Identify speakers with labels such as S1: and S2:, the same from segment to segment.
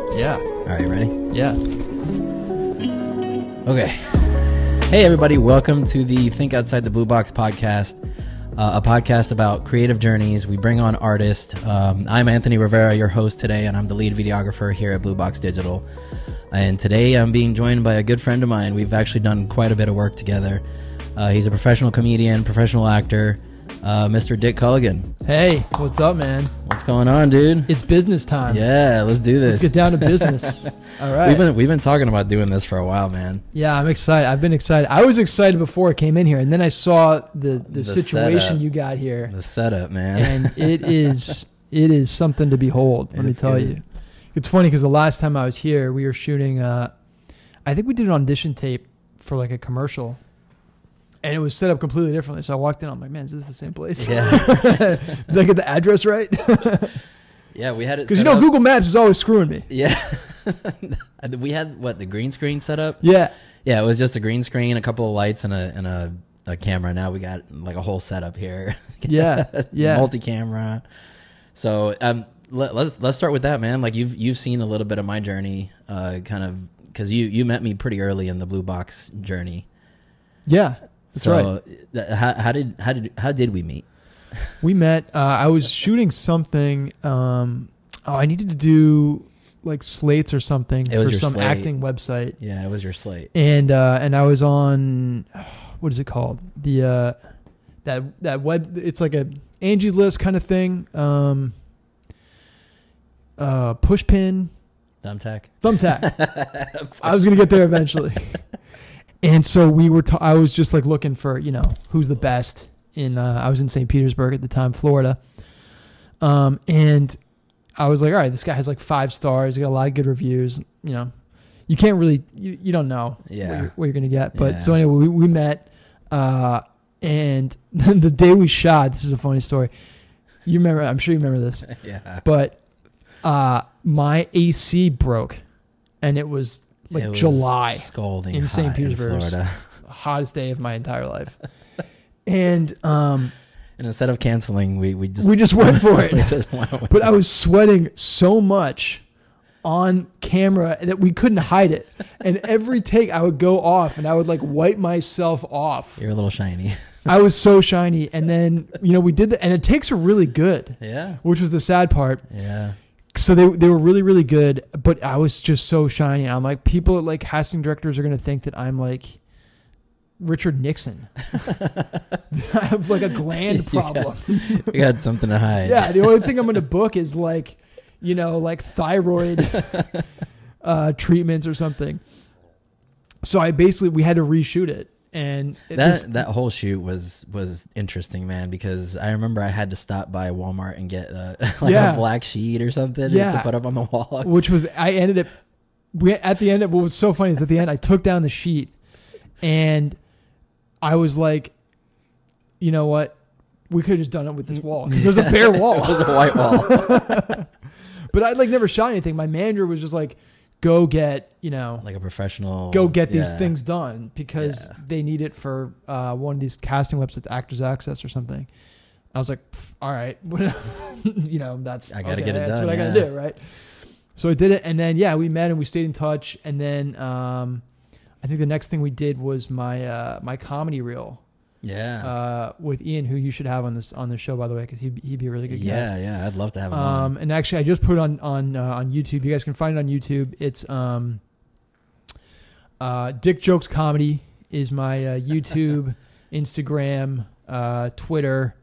S1: All right, you ready?
S2: Yeah.
S1: Okay. Hey, everybody. Welcome to the Think Outside the Blue Box podcast, uh, a podcast about creative journeys. We bring on artists. Um, I'm Anthony Rivera, your host today, and I'm the lead videographer here at Blue Box Digital. And today I'm being joined by a good friend of mine. We've actually done quite a bit of work together. Uh, he's a professional comedian, professional actor, uh, Mr. Dick Culligan.
S2: Hey, what's up, man?
S1: What's going on, dude?
S2: It's business time.
S1: yeah, let's do this.
S2: Let's get down to business. All right.
S1: We've been we've been talking about doing this for a while, man.
S2: yeah, I'm excited. I've been excited. I was excited before I came in here, and then I saw the, the,
S1: The
S2: situation
S1: setup.
S2: you got here,
S1: The setup, man.
S2: and it is it is something to behold. Let me
S1: It's
S2: tell
S1: good.
S2: you, it's funny because the last time I was here, we were shooting. Uh, I think we did an audition tape for like a commercial, and it was set up completely differently. So I walked in. I'm like, man, is this the same place?
S1: Yeah.
S2: Did I get the address right?
S1: yeah, we had it
S2: Because you
S1: set
S2: know
S1: up-
S2: Google Maps is always screwing me.
S1: Yeah, I think we had what the green screen set up.
S2: Yeah.
S1: Yeah, it was just a green screen, a couple of lights, and a and a, a camera. Now we got like a whole setup here.
S2: Yeah, yeah.
S1: multi camera. So um, let, let's let's start with that, man. Like you've you've seen a little bit of my journey, uh, kind of because you you met me pretty early in the blue box journey.
S2: Yeah, that's right.
S1: so uh, th- how, how did how did how did we meet?
S2: We met. Uh, I was shooting something. Um, oh, I needed to do like slates or something
S1: It was
S2: for
S1: your
S2: some
S1: slate.
S2: acting website,
S1: Yeah, it was your slate.
S2: and uh, and I was on what is it called the uh, that that web. It's like a Angie's List kind of thing. Um, uh, Pushpin,
S1: Thumbtack.
S2: Thumbtack. I was gonna get there eventually. and so we were. ta- I was just like looking for you know who's the best in. Uh, I was in St. Petersburg at the time, Florida. Um, and I was like, all right, this guy has like five stars. He got a lot of good reviews. You know, you can't really you, you don't know what,
S1: Yeah.
S2: you're, what you're gonna get. But
S1: Yeah.
S2: so anyway, we we met. Uh, and the day we shot, this is a funny story. You remember? I'm sure you remember this
S1: yeah.
S2: but uh my AC broke and it was like
S1: It was
S2: July,
S1: scalding
S2: in St.
S1: hot
S2: Petersburg.
S1: Florida.
S2: hottest day of my entire life. and um
S1: And instead of canceling, we we just
S2: we just went for
S1: we
S2: it.
S1: just went with
S2: But I was sweating so much on camera that we couldn't hide it. And every take I would go off and I would like wipe myself off.
S1: You're a little shiny.
S2: I was so shiny. And then, you know, we did the and the takes were really good,
S1: Yeah.
S2: which was the sad part.
S1: Yeah.
S2: so they they were really really good, but I was just so shiny. I'm like people like casting directors are gonna think that I'm like Richard Nixon. I have like a gland problem.
S1: You had something to hide.
S2: yeah, the only thing I'm gonna book is like you know like thyroid uh, treatments or something. So I basically we had to reshoot it, and it-
S1: That
S2: this-
S1: that whole shoot was was interesting, man. Because I remember I had to stop by Walmart and get uh, like
S2: Yeah.
S1: a black sheet or something to
S2: Yeah.
S1: put up on the wall.
S2: which was I ended up we at the end of what was so funny is at the end I took down the sheet and I was like, you know what? We could have just done it with this wall because there's a bare wall.
S1: it was a white wall,
S2: but I like never shot anything. My manager was just like, go get you know,
S1: like a professional.
S2: go get these
S1: Oh, yeah.
S2: things done because
S1: Yeah.
S2: they need it for uh, one of these casting websites, Actors Access or something. I was like, "Pff, all right, you know, that's
S1: I gotta
S2: okay,
S1: get it
S2: That's
S1: done,
S2: what I
S1: yeah.
S2: gotta do, right? So I did it, and then yeah, we met and we stayed in touch, and then um, I think the next thing we did was my uh, my comedy reel
S1: Yeah.
S2: uh, with Ian, who you should have on this on the show by the way, because he'd, he'd be a really good guest.
S1: yeah. Yeah. I'd love to have him on.
S2: Um, and actually, I just put it on on uh, on YouTube. You guys can find it on YouTube. It's um, uh, Dick Jokes Comedy is my uh, YouTube, Instagram, uh, Twitter,
S1: I-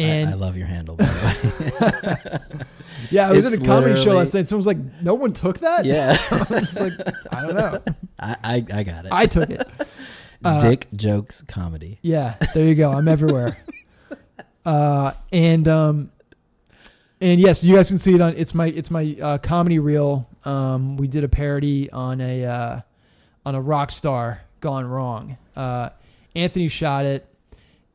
S2: and
S1: I, love your handle. By the way.
S2: yeah, I was at
S1: it's
S2: a comedy show
S1: literally-
S2: last night. Someone's like, "No one took that."
S1: yeah.
S2: I was like, "I don't know.
S1: I, I I got it.
S2: I took it." uh,
S1: Dick jokes comedy.
S2: Yeah, there you go. I'm everywhere. uh, and um, and yes, you guys can see it on. It's my it's my uh, comedy reel. Um, we did a parody on a uh, on a rock star gone wrong. Uh, Anthony shot it,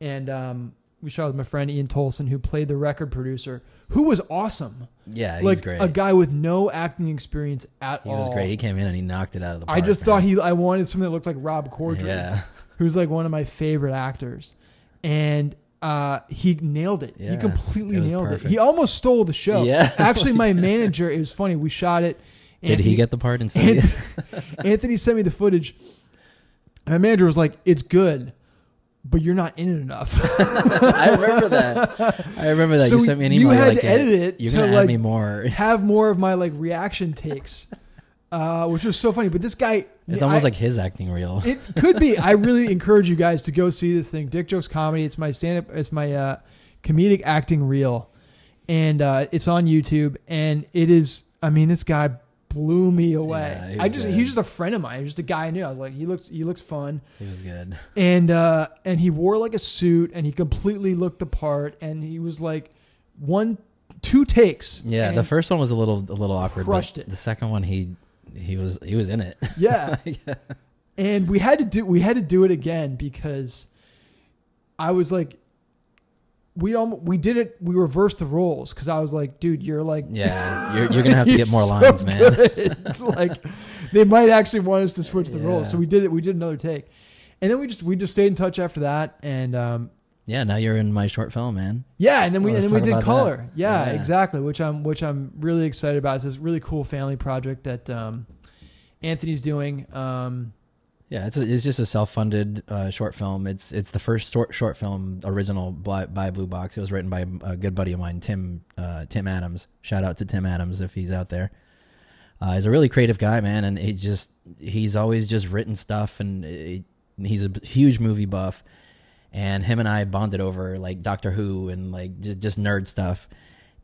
S2: and um, we shot it with my friend Ian Tolson, who played the record producer, who was awesome.
S1: Yeah, he's
S2: like
S1: great.
S2: a guy with no acting experience at
S1: he
S2: all.
S1: was great. He came in and he knocked it out of the park.
S2: I just
S1: man.
S2: thought he. I wanted someone that looked like Rob Corddry
S1: Yeah.
S2: who's like one of my favorite actors, and uh, he nailed it.
S1: Yeah,
S2: he completely
S1: it was
S2: nailed it.
S1: perfect.
S2: He almost stole the show.
S1: Yeah.
S2: Actually, my manager. It was funny. We shot it,
S1: Did he
S2: Anthony-
S1: get the part instead? of
S2: Anthony,
S1: you?
S2: Anthony sent me the footage. And my manager was like, "It's good, but you're not in it enough."
S1: I remember that. I remember that.
S2: So
S1: you sent me an
S2: you
S1: email.
S2: had
S1: like,
S2: to edit it
S1: You're
S2: to,
S1: gonna add
S2: like-
S1: me more.
S2: Have more of my like reaction takes, uh, which was so funny. But this guy,
S1: It's almost
S2: I-
S1: like his acting reel.
S2: it could be. I really encourage you guys to go see this thing, Dick Jokes Comedy. It's my stand up. It's my uh, comedic acting reel, and uh, it's on YouTube. And it is. I mean, this guy blew me away.
S1: Yeah, he was
S2: I just
S1: good.
S2: he's just a friend of mine. He's just a guy I knew. I was like, he looks he looks fun,
S1: It was good.
S2: and uh, and he wore like a suit, and he completely looked the part, and he was like one two takes.
S1: Yeah,
S2: and
S1: the first one was a little a little awkward. but
S2: crushed it.
S1: The second one, he he was he was in it.
S2: Yeah. And we had to do we had to do it again because I was like we almost, we did it we reversed the roles cuz I was like dude you're like
S1: yeah, you're, you're gonna have to
S2: you're
S1: get more
S2: so
S1: lines, man.
S2: good. like they might actually want us to switch the roles.
S1: Yeah.
S2: So we did it we did another take. And then we just we just stayed in touch after that and um
S1: Yeah, now you're in my short film, man.
S2: yeah, and then we
S1: Well,
S2: and
S1: let's
S2: then we
S1: talk
S2: did
S1: about
S2: color.
S1: that.
S2: Yeah,
S1: Yeah.
S2: exactly. Which I'm which I'm really excited about. It's this really cool family project that um, Anthony's doing. Um,
S1: Yeah, it's a, it's just a self-funded uh, short film. It's it's the first short short film original by, by Blue Box. It was written by a good buddy of mine, Tim uh, Tim Adams. Shout out to Tim Adams if he's out there. Uh, he's a really creative guy, man, and he just he's always just written stuff, and it, he's a huge movie buff. And him and I bonded over like Doctor Who and like just, just nerd stuff.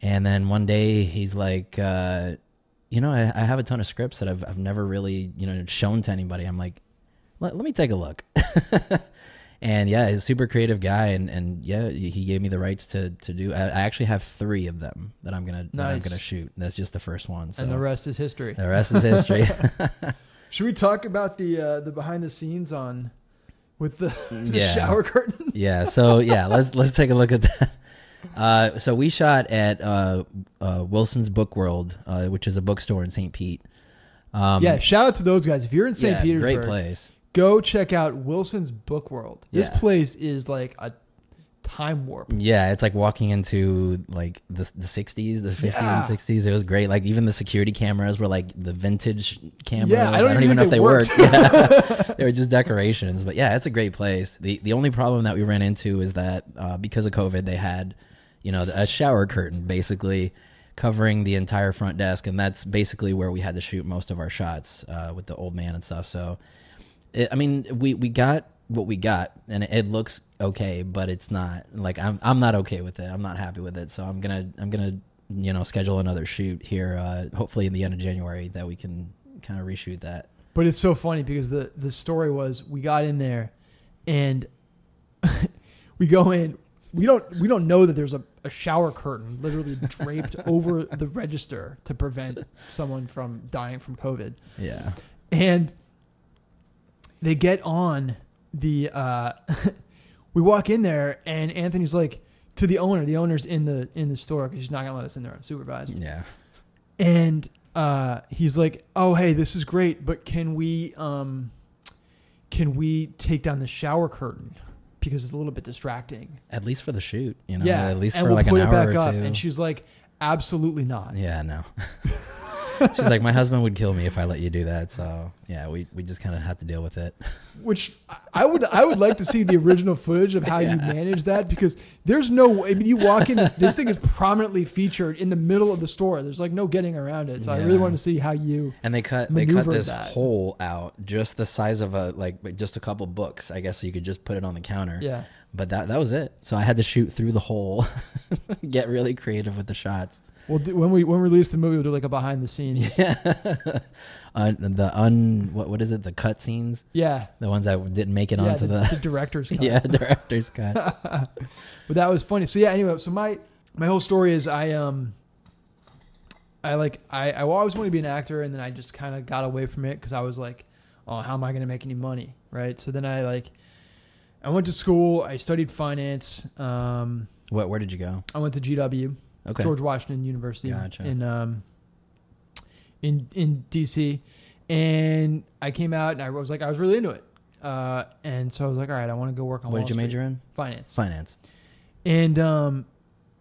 S1: And then one day he's like, uh, you know, I, I have a ton of scripts that I've I've never really you know shown to anybody. I'm like, let, let me take a look. and yeah, he's a super creative guy, and, and yeah, he gave me the rights to to do. I, I actually have three of them that I'm gonna that I'm
S2: Nice.
S1: gonna shoot. That's just the first one. So
S2: and the rest is history.
S1: the rest is history.
S2: Should we talk about the uh, the behind the scenes on with the, the
S1: Yeah.
S2: shower curtain?
S1: yeah. So yeah, let's let's take a look at that. Uh, so we shot at uh, uh, Wilson's Book World, uh, which is a bookstore in St. Pete. Um,
S2: yeah, shout out to those guys. If you're in St.
S1: yeah,
S2: Petersburg,
S1: great place.
S2: go check out Wilson's Book World. This
S1: Yeah.
S2: place is like a time warp.
S1: Yeah, it's like walking into like the the sixties, the fifties
S2: Yeah.
S1: and sixties. It was great. Like even the security cameras were like the vintage cameras.
S2: Yeah, I don't even
S1: know
S2: think
S1: if they
S2: they
S1: worked. Yeah. they were just decorations. But yeah, it's a great place. The the only problem that we ran into is that uh, because of COVID, they had you know a shower curtain basically covering the entire front desk, and that's basically where we had to shoot most of our shots uh, with the old man and stuff. So it, I mean, we we got what we got, and it, it looks okay, but it's not like I'm I'm not okay with it. I'm not happy with it, so I'm gonna I'm gonna you know schedule another shoot here, uh, hopefully in the end of January that we can kind of reshoot that.
S2: But it's so funny because the the story was we got in there and we go in we don't we don't know that there's a, a shower curtain literally draped over the register to prevent someone from dying from COVID.
S1: Yeah,
S2: and they get on the uh we walk in there and anthony's like to the owner the owner's in the in the store because she's not gonna let us in there unsupervised
S1: yeah,
S2: and uh he's like oh hey this is great but can we um can we take down the shower curtain because it's a little bit distracting
S1: at least for the shoot, you know,
S2: yeah
S1: at least
S2: and
S1: for
S2: we'll
S1: like
S2: put
S1: an
S2: it
S1: hour
S2: back
S1: or
S2: up
S1: two.
S2: and she's like absolutely not
S1: yeah, no. She's like, my husband would kill me if I let you do that. So yeah, we, we just kind of have to deal with it.
S2: Which I- I would I would like to see the original footage of how you manage that because there's no way I mean, you walk in this, this thing is prominently featured in the middle of the store. There's like no getting around it. So I really
S1: Yeah.
S2: want to see how you
S1: And they cut they cut
S2: maneuver
S1: this
S2: that.
S1: hole out just the size of a like like, just a couple books, I guess, so you could just put it on the counter.
S2: Yeah.
S1: But that that was it. So I had to shoot through the hole, get really creative with the shots.
S2: We'll do, when we when we release the movie we'll do like a behind the scenes. Yeah.
S1: Un, the un what what is it? The cut scenes,
S2: Yeah.
S1: the ones that didn't make it onto
S2: the,
S1: the,
S2: the director's cut.
S1: yeah director's cut.
S2: But that was funny. So yeah, anyway, so my my whole story is I um I like I I always wanted to be an actor and then I just kind of got away from it cuz I was like, "Oh, how am I going to make any money?" Right? So then I like I went to school, I studied finance. Um
S1: what? Where did you go?
S2: I went to GW,
S1: Okay.
S2: George Washington University
S1: Gotcha.
S2: in um in in DC and I came out and I was like I was really into it. Uh and so I was like, "All right, I want to go work on
S1: what
S2: Wall
S1: did you
S2: Street."
S1: major in?
S2: Finance
S1: Finance.
S2: and um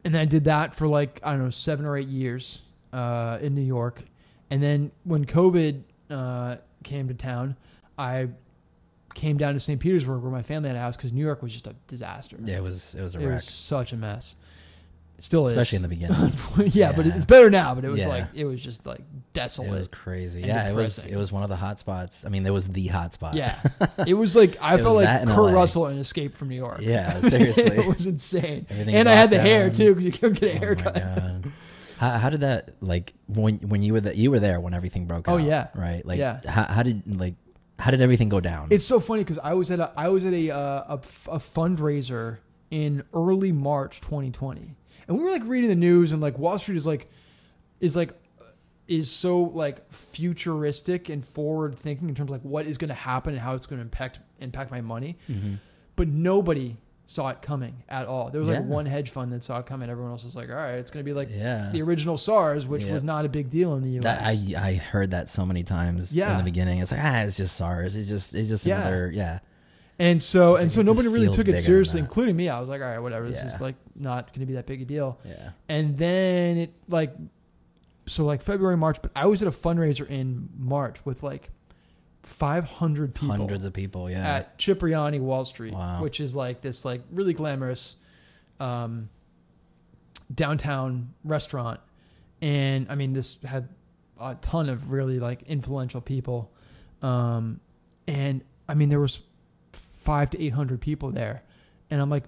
S2: and I did that for like I don't know seven or eight years uh, in New York, And then when COVID uh, came to town, I came down to St. Petersburg where my family had a house because New York was just a disaster.
S1: Yeah, it was it was a
S2: it
S1: wreck,
S2: was such a mess. It still
S1: especially in
S2: is.
S1: the beginning.
S2: yeah, but
S1: Yeah.
S2: it's better now. But it was
S1: Yeah.
S2: like it was just like desolate.
S1: It was crazy.
S2: and
S1: Yeah, it was
S2: depressing.
S1: it was one of the hot spots. I mean, there was the hot spot.
S2: Yeah, it was like I
S1: It
S2: felt
S1: was
S2: like
S1: that in
S2: Kurt
S1: LA.
S2: Russell in Escape from New York.
S1: Yeah,
S2: it
S1: seriously.
S2: was insane.
S1: Everything
S2: and I had the
S1: dropped
S2: hair
S1: down.
S2: too because you couldn't get a
S1: Oh my
S2: haircut.
S1: God. How, how did that like when when you were that you were there when everything broke
S2: Oh,
S1: out,
S2: yeah.
S1: right like
S2: Yeah.
S1: how, how did like how did everything go down
S2: It's so funny because I was at a I was at a, uh, a f- a fundraiser in early March 2020, and we were like reading the news and like Wall Street is like is like uh, is so like futuristic and forward thinking in terms of like what is going to happen and how it's going to impact impact my money,
S1: Mm-hmm.
S2: but nobody saw it coming at all. There was like
S1: Yeah.
S2: one hedge fund that saw it coming. Everyone else was like, all right, it's going to be like
S1: yeah
S2: the original SARS, which
S1: Yeah.
S2: was not a big deal in the U.S.
S1: that, I I heard that so many times in
S2: Yeah.
S1: the beginning it's like ah it's just SARS it's just it's just
S2: Yeah.
S1: another yeah
S2: And so and so
S1: It's like, it just
S2: nobody really
S1: feels
S2: took
S1: bigger
S2: it
S1: than
S2: seriously,
S1: that.
S2: including me. I was like, all right, whatever. This
S1: Yeah.
S2: is like not going to be that big a deal.
S1: yeah
S2: And then it like so like February, March, but I was at a fundraiser in March with like 500 people
S1: hundreds of people yeah
S2: at Cipriani Wall Street,
S1: Wow.
S2: which is like this like really glamorous um, downtown restaurant. And I mean, this had a ton of really like influential people. Um, and I mean, there was five to 800 people there. And I'm like,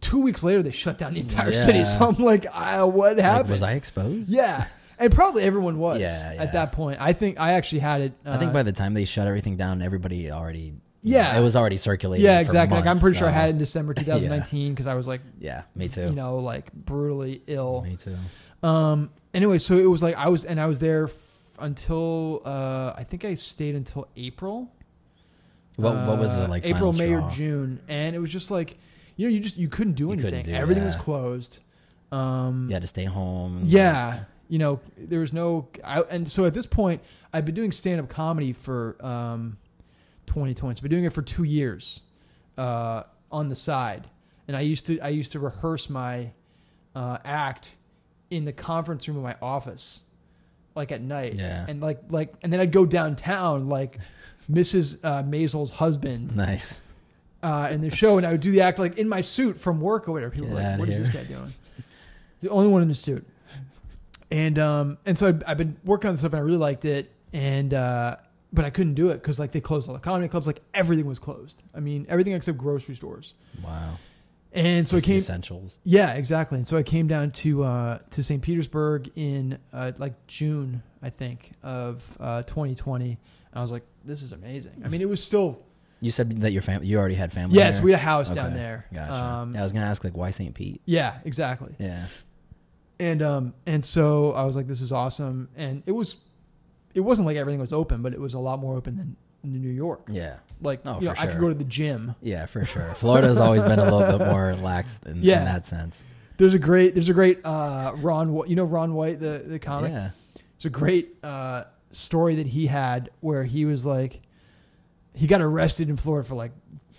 S2: two weeks later, they shut down the entire city.
S1: Yeah.
S2: So I'm like, ah, what
S1: Like,
S2: happened?
S1: was I exposed
S2: yeah. And probably everyone was
S1: Yeah, yeah.
S2: at that point. I think I actually had it.
S1: I think
S2: uh,
S1: by the time they shut everything down everybody already
S2: Yeah.
S1: it was already circulating
S2: Yeah,
S1: for
S2: exactly. like I'm
S1: months,
S2: pretty sure I
S1: so-
S2: had it in December 2019 because I was like,
S1: yeah me too
S2: you know, like brutally ill.
S1: me too
S2: Um. Anyway, so it was like I was, and I was there f- until uh, I think I stayed until April.
S1: what what was the
S2: Uh,
S1: like
S2: April,
S1: final
S2: May, or
S1: straw?
S2: June, and it was just like, you know, you just you couldn't do
S1: You couldn't
S2: anything.
S1: do-
S2: Everything
S1: yeah.
S2: was closed. Um.
S1: you had to stay home
S2: Yeah. You know, there was no, I, and so at this point, I've been doing stand up comedy for um, 2020. So I've been doing it for two years uh, on the side, and I used to I used to rehearse my uh, act in the conference room of my office, like at night.
S1: Yeah.
S2: And like like, and then I'd go downtown like. Mrs. Uh, Maisel's husband
S1: nice
S2: uh, in the show, and I would do the act like in my suit from work or whatever. People
S1: Get
S2: were like,
S1: outta
S2: "What is
S1: here."
S2: this guy doing?" The only one in the suit. And um, and so I've, I've been working on stuff, and I really liked it, and uh, but I couldn't do it because like they closed all the comedy clubs, like everything was closed. I mean, everything except grocery stores.
S1: wow
S2: And so
S1: Just
S2: I
S1: the
S2: came,
S1: essentials
S2: yeah, exactly. And so I came down to uh, to St. Petersburg in uh, like June, I think, of uh, 2020. And I was like, "This is amazing." I mean, it was still
S1: You said that your family, you already had family.
S2: yes,
S1: there?
S2: we had a house
S1: Okay,
S2: down there.
S1: Gotcha.
S2: Um,
S1: yeah, I was gonna ask like why St. Pete.
S2: yeah, exactly.
S1: Yeah,
S2: and um and so I was like, this is awesome, and it was, it wasn't like everything was open, but it was a lot more open than in New York.
S1: yeah,
S2: Like,
S1: Oh,
S2: you know,
S1: for
S2: I could
S1: sure.
S2: go to the gym.
S1: yeah, for sure. Florida's always been a little bit more lax in, in
S2: Yeah.
S1: that sense.
S2: There's a great, there's a great uh, Ron, Wh- you know Ron White, the the comic.
S1: Yeah,
S2: It's a great uh, story that he had where he was like, he got arrested in Florida for like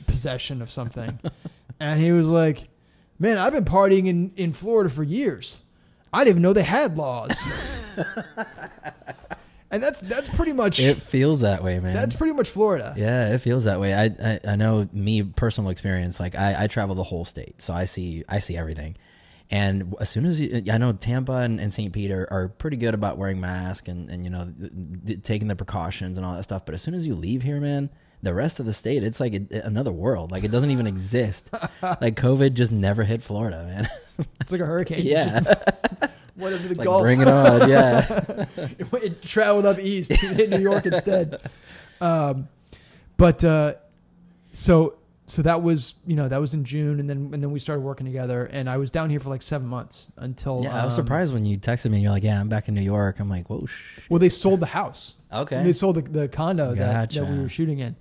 S2: possession of something. and he was like, man, I've been partying in, in Florida for years. I didn't even know they had laws. and that's that's pretty much
S1: it feels that way, man.
S2: that's pretty much Florida.
S1: yeah, it feels that way. I, I I know me personal experience. Like I I travel the whole state, so I see I see everything. And as soon as you, I know Tampa and, and St. Pete are, are pretty good about wearing masks and, and you know th- th- taking the precautions and all that stuff, but as soon as you leave here, man, the rest of the state it's like a, another world. Like it doesn't even exist. like COVID just never hit Florida, man.
S2: It's like a hurricane.
S1: yeah,
S2: What if the
S1: like
S2: Gulf?
S1: bring it on. Yeah,
S2: it, it traveled up east it hit New York instead. Um, but uh, so so that was you know that was in June, and then and then we started working together, and I was down here for like seven months until
S1: yeah. I was
S2: um,
S1: surprised when you texted me. and You're like, yeah, I'm back in New York. I'm like, whoa. Sh-.
S2: um, Well, they sold the house.
S1: Okay.
S2: They sold the, the condo that, that we
S1: Gotcha.
S2: were shooting in,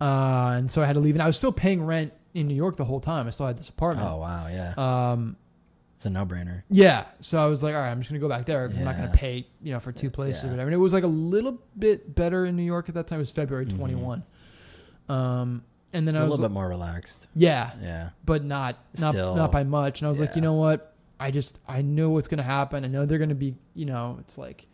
S2: uh, and so I had to leave, and I was still paying rent in New York the whole time. I still had this
S1: Oh
S2: apartment.
S1: wow, yeah.
S2: Um,
S1: It's a no-brainer.
S2: Yeah. So I was like, all right, I'm just gonna go back there. I'm not
S1: Yeah.
S2: gonna pay, you know, for two places
S1: Yeah.
S2: or whatever. And it was like a little bit better in New York at that time. It was February 21. Um, and then
S1: It's Mm-hmm. a
S2: I was
S1: little
S2: like,
S1: bit more relaxed.
S2: yeah,
S1: Yeah.
S2: but not not
S1: Still.
S2: not by much. And I was like,
S1: Yeah.
S2: you know what? I just I know what's gonna happen. I know they're gonna be, you know, it's like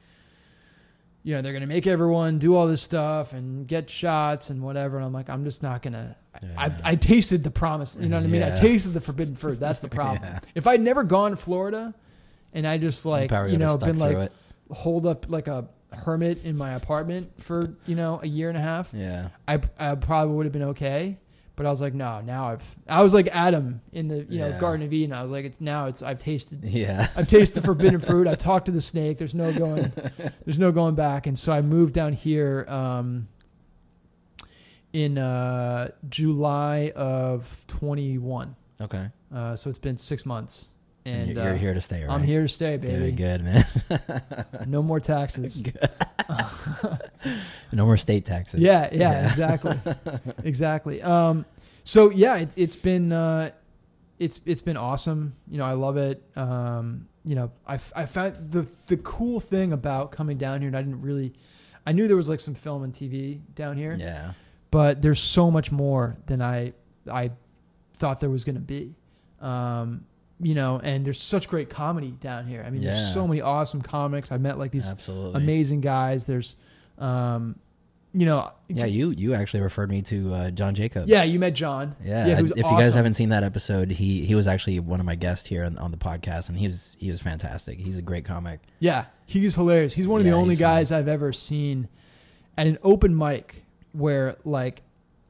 S2: you know, they're going to make everyone do all this stuff and get shots and whatever. And I'm like, I'm just not going to.
S1: Yeah.
S2: I, I tasted the promise. You know what I mean? I
S1: Yeah.
S2: tasted the forbidden fruit. That's the problem.
S1: Yeah.
S2: If I'd never gone to Florida and I just like,
S1: probably
S2: you
S1: would've
S2: know,
S1: stuck
S2: been
S1: through
S2: like
S1: it.
S2: holed up like a hermit in my apartment for, you know, a year and a half,
S1: Yeah.
S2: I, I probably would have been okay. But I was like, no, now I've, I was like Adam in the, you know,
S1: Yeah.
S2: Garden of Eden. I was like, it's now it's, I've tasted
S1: Yeah.
S2: I've tasted the forbidden fruit. I've talked to the snake. There's no going. There's no going back. And so I moved down here um, in uh, July of 21.
S1: Okay.
S2: Uh, so it's been six months,
S1: And
S2: and
S1: you're, you're
S2: uh,
S1: here to stay, right?
S2: I'm here to stay,
S1: Very
S2: baby.
S1: good, man.
S2: No more taxes.
S1: no more state taxes.
S2: Yeah, yeah, exactly, exactly. Um, so yeah, it, it's been uh, it's it's been awesome. You know, I love it. Um, you know, I, f- I found the the cool thing about coming down here, and I didn't really, I knew there was like some film and TV down here,
S1: Yeah.
S2: but there's so much more than I I thought there was going to be. Um, you know, and there's such great comedy down here. I mean,
S1: Yeah.
S2: there's so many awesome comics. I met like these
S1: Absolutely.
S2: amazing guys. There's, um, you know,
S1: Yeah, you you actually referred me to uh, John Jacobs.
S2: yeah, you met John.
S1: Yeah.
S2: yeah,
S1: I-
S2: who's
S1: if you guys
S2: awesome.
S1: haven't seen that episode, he he was actually one of my guests here on, on the podcast, and he was he was fantastic. He's a great comic.
S2: Yeah, he's hilarious. He's one of
S1: Yeah,
S2: the only
S1: he's funny.
S2: guys I've ever seen at an open mic where like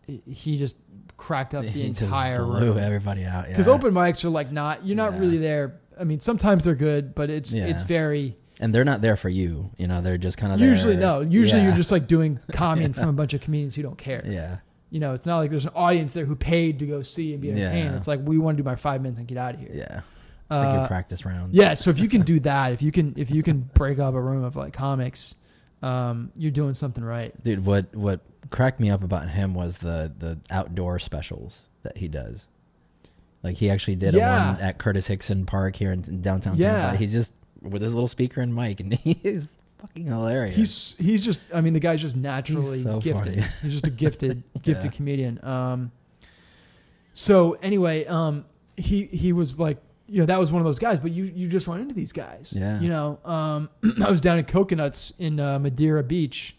S2: he- he just cracked up the
S1: he just
S2: entire
S1: blew
S2: room.
S1: everybody out. Yeah.
S2: Because open mics are like not you're not
S1: Yeah.
S2: really there. I mean, sometimes they're good, but it's
S1: Yeah.
S2: it's very
S1: and they're not there for you. You know, they're just kind of
S2: usually
S1: there.
S2: no. Usually
S1: Yeah.
S2: you're just like doing comedy from a bunch of comedians who don't care.
S1: yeah.
S2: You know, it's not like there's an audience there who paid to go see and be entertained.
S1: Yeah.
S2: It's like we want to do my five minutes and get out of here.
S1: Yeah. It's like
S2: Uh,
S1: your practice round.
S2: yeah so if you can do that if you can if you can break up a room of like comics um you're doing something right
S1: Dude, what what cracked me up about him was the the outdoor specials that he does. Like he actually did
S2: Yeah.
S1: a one at Curtis Hickson Park here in, in downtown
S2: Yeah.
S1: Tampa. He's just with his little speaker and mic, and he's fucking hilarious.
S2: he's he's just i mean the guy's just naturally
S1: so
S2: gifted
S1: funny.
S2: he's just a gifted gifted
S1: Yeah.
S2: comedian um so anyway um he he was like you know that was one of those guys but you you just run into these guys
S1: Yeah.
S2: you know um i was down in coconuts in uh, madeira beach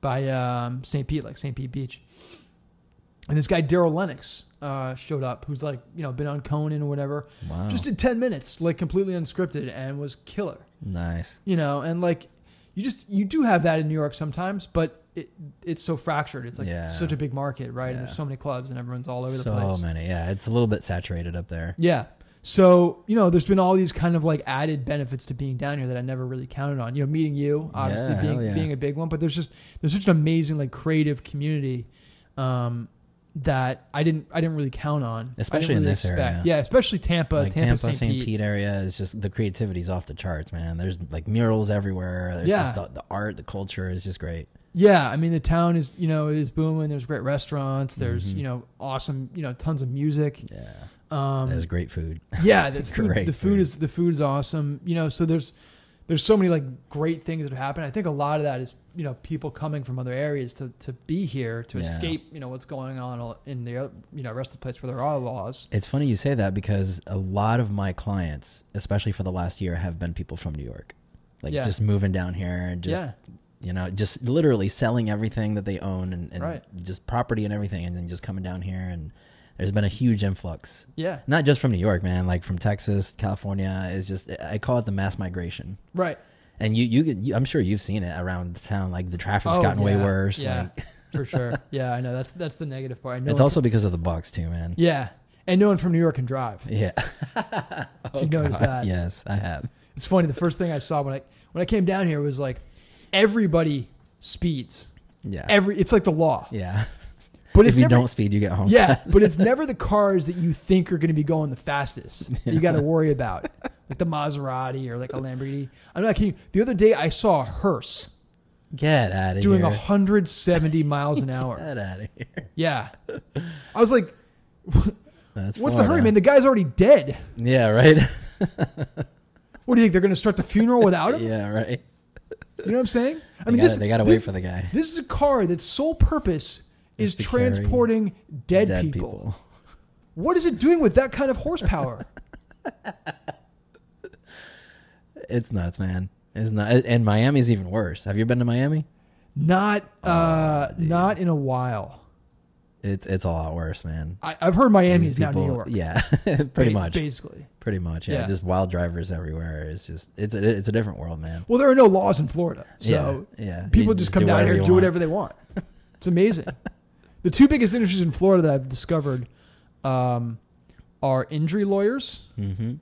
S2: by um st pete like st pete beach and this guy daryl lennox uh showed up who's like you know been on conan or whatever
S1: wow,
S2: just did 10 minutes like completely unscripted and was killer
S1: nice.
S2: you know and like you just you do have that in new york sometimes but it, it's so fractured it's like
S1: Yeah.
S2: such a big market right and
S1: Yeah.
S2: there's so many clubs and everyone's all over the
S1: so
S2: place
S1: many, yeah. It's a little bit saturated up there.
S2: yeah so you know there's been all these kind of like added benefits to being down here that i never really counted on you know meeting you obviously
S1: Yeah,
S2: being
S1: hell yeah.
S2: being a big one but there's just there's such an amazing like creative community um that i didn't i didn't really count on I didn't
S1: Especially in
S2: really
S1: this area.
S2: expect. yeah especially tampa
S1: like
S2: tampa,
S1: Tampa,
S2: st pete
S1: area is just the creativity's off the charts, man. There's like murals everywhere. There's
S2: Yeah.
S1: just the, the art, the culture is just great.
S2: Yeah, I mean the town is you know is booming. There's great restaurants. There's
S1: Mm-hmm.
S2: you know awesome you know tons of music.
S1: Yeah,
S2: Um,
S1: there's great food.
S2: yeah, the food
S1: Great
S2: the
S1: food.
S2: food is the food's awesome. You know, so there's there's so many like great things that happen. I think a lot of that is you know people coming from other areas to to be here to
S1: Yeah.
S2: escape you know what's going on all- in the other- you know rest of the place where there are laws.
S1: It's funny you say that because a lot of my clients, especially for the last year, have been people from New York. Like
S2: Yeah.
S1: just moving down here and just
S2: Yeah.
S1: you know, just literally selling everything that they own and, and
S2: Right.
S1: just property and everything and then just coming down here and there's been a huge influx.
S2: Yeah,
S1: Not just from New York, man, like from Texas, California is just I call it the mass migration.
S2: right.
S1: And you, you, can- you I'm sure you've seen it around the town. Like the traffic's
S2: Oh,
S1: gotten way
S2: yeah,
S1: worse.
S2: Yeah,
S1: Like,
S2: for sure. Yeah, I know that's that's the negative part. I know
S1: it's also because of the bucks too, man.
S2: yeah, and no one from New York can drive.
S1: Yeah. Oh,
S2: you notice that.
S1: Yes, I have.
S2: It's funny. The first thing I saw when I when I came down here was like everybody speeds.
S1: Yeah.
S2: Every it's like the law,
S1: yeah.
S2: but
S1: if
S2: it's
S1: you
S2: never,
S1: don't speed, you get home.
S2: Yeah, but it's never the cars that you think are going to be going the fastest. That you got to worry about like the Maserati or like a Lamborghini. I'm not kidding. The other day I saw a hearse
S1: Get out of
S2: doing
S1: here.
S2: 170 miles an hour.
S1: Get out of here.
S2: Yeah, I was like,
S1: That's
S2: "What's the hurry,
S1: Florida.
S2: man? The guy's already dead.
S1: Yeah, right.
S2: What do you think they're going to start the funeral without him?
S1: yeah, right.
S2: You know what I'm saying? I
S1: They
S2: mean,
S1: gotta-
S2: this
S1: they gotta
S2: this-
S1: wait for the guy.
S2: This is a car that's sole purpose is
S1: to carry
S2: transporting dead, people. What is it doing with that kind of horsepower?
S1: It's nuts, man. It's not, and Miami's even worse. Have you been to Miami?
S2: Not
S1: Oh,
S2: uh, not in a while.
S1: It's it's a lot worse, man.
S2: I, I've heard Miami's
S1: These
S2: now New York.
S1: yeah, pretty
S2: ba-
S1: much,
S2: Basically.
S1: pretty much. Yeah,
S2: Yeah.
S1: just wild drivers everywhere. It's just it's a, it's a different world, man.
S2: Well, there are no laws in Florida, so
S1: Yeah, yeah.
S2: people just
S1: You just
S2: come
S1: do
S2: down
S1: whatever
S2: here
S1: you
S2: and do
S1: want.
S2: whatever they want. It's amazing. the two biggest industries in Florida that I've discovered um, are injury lawyers
S1: Mm-hmm.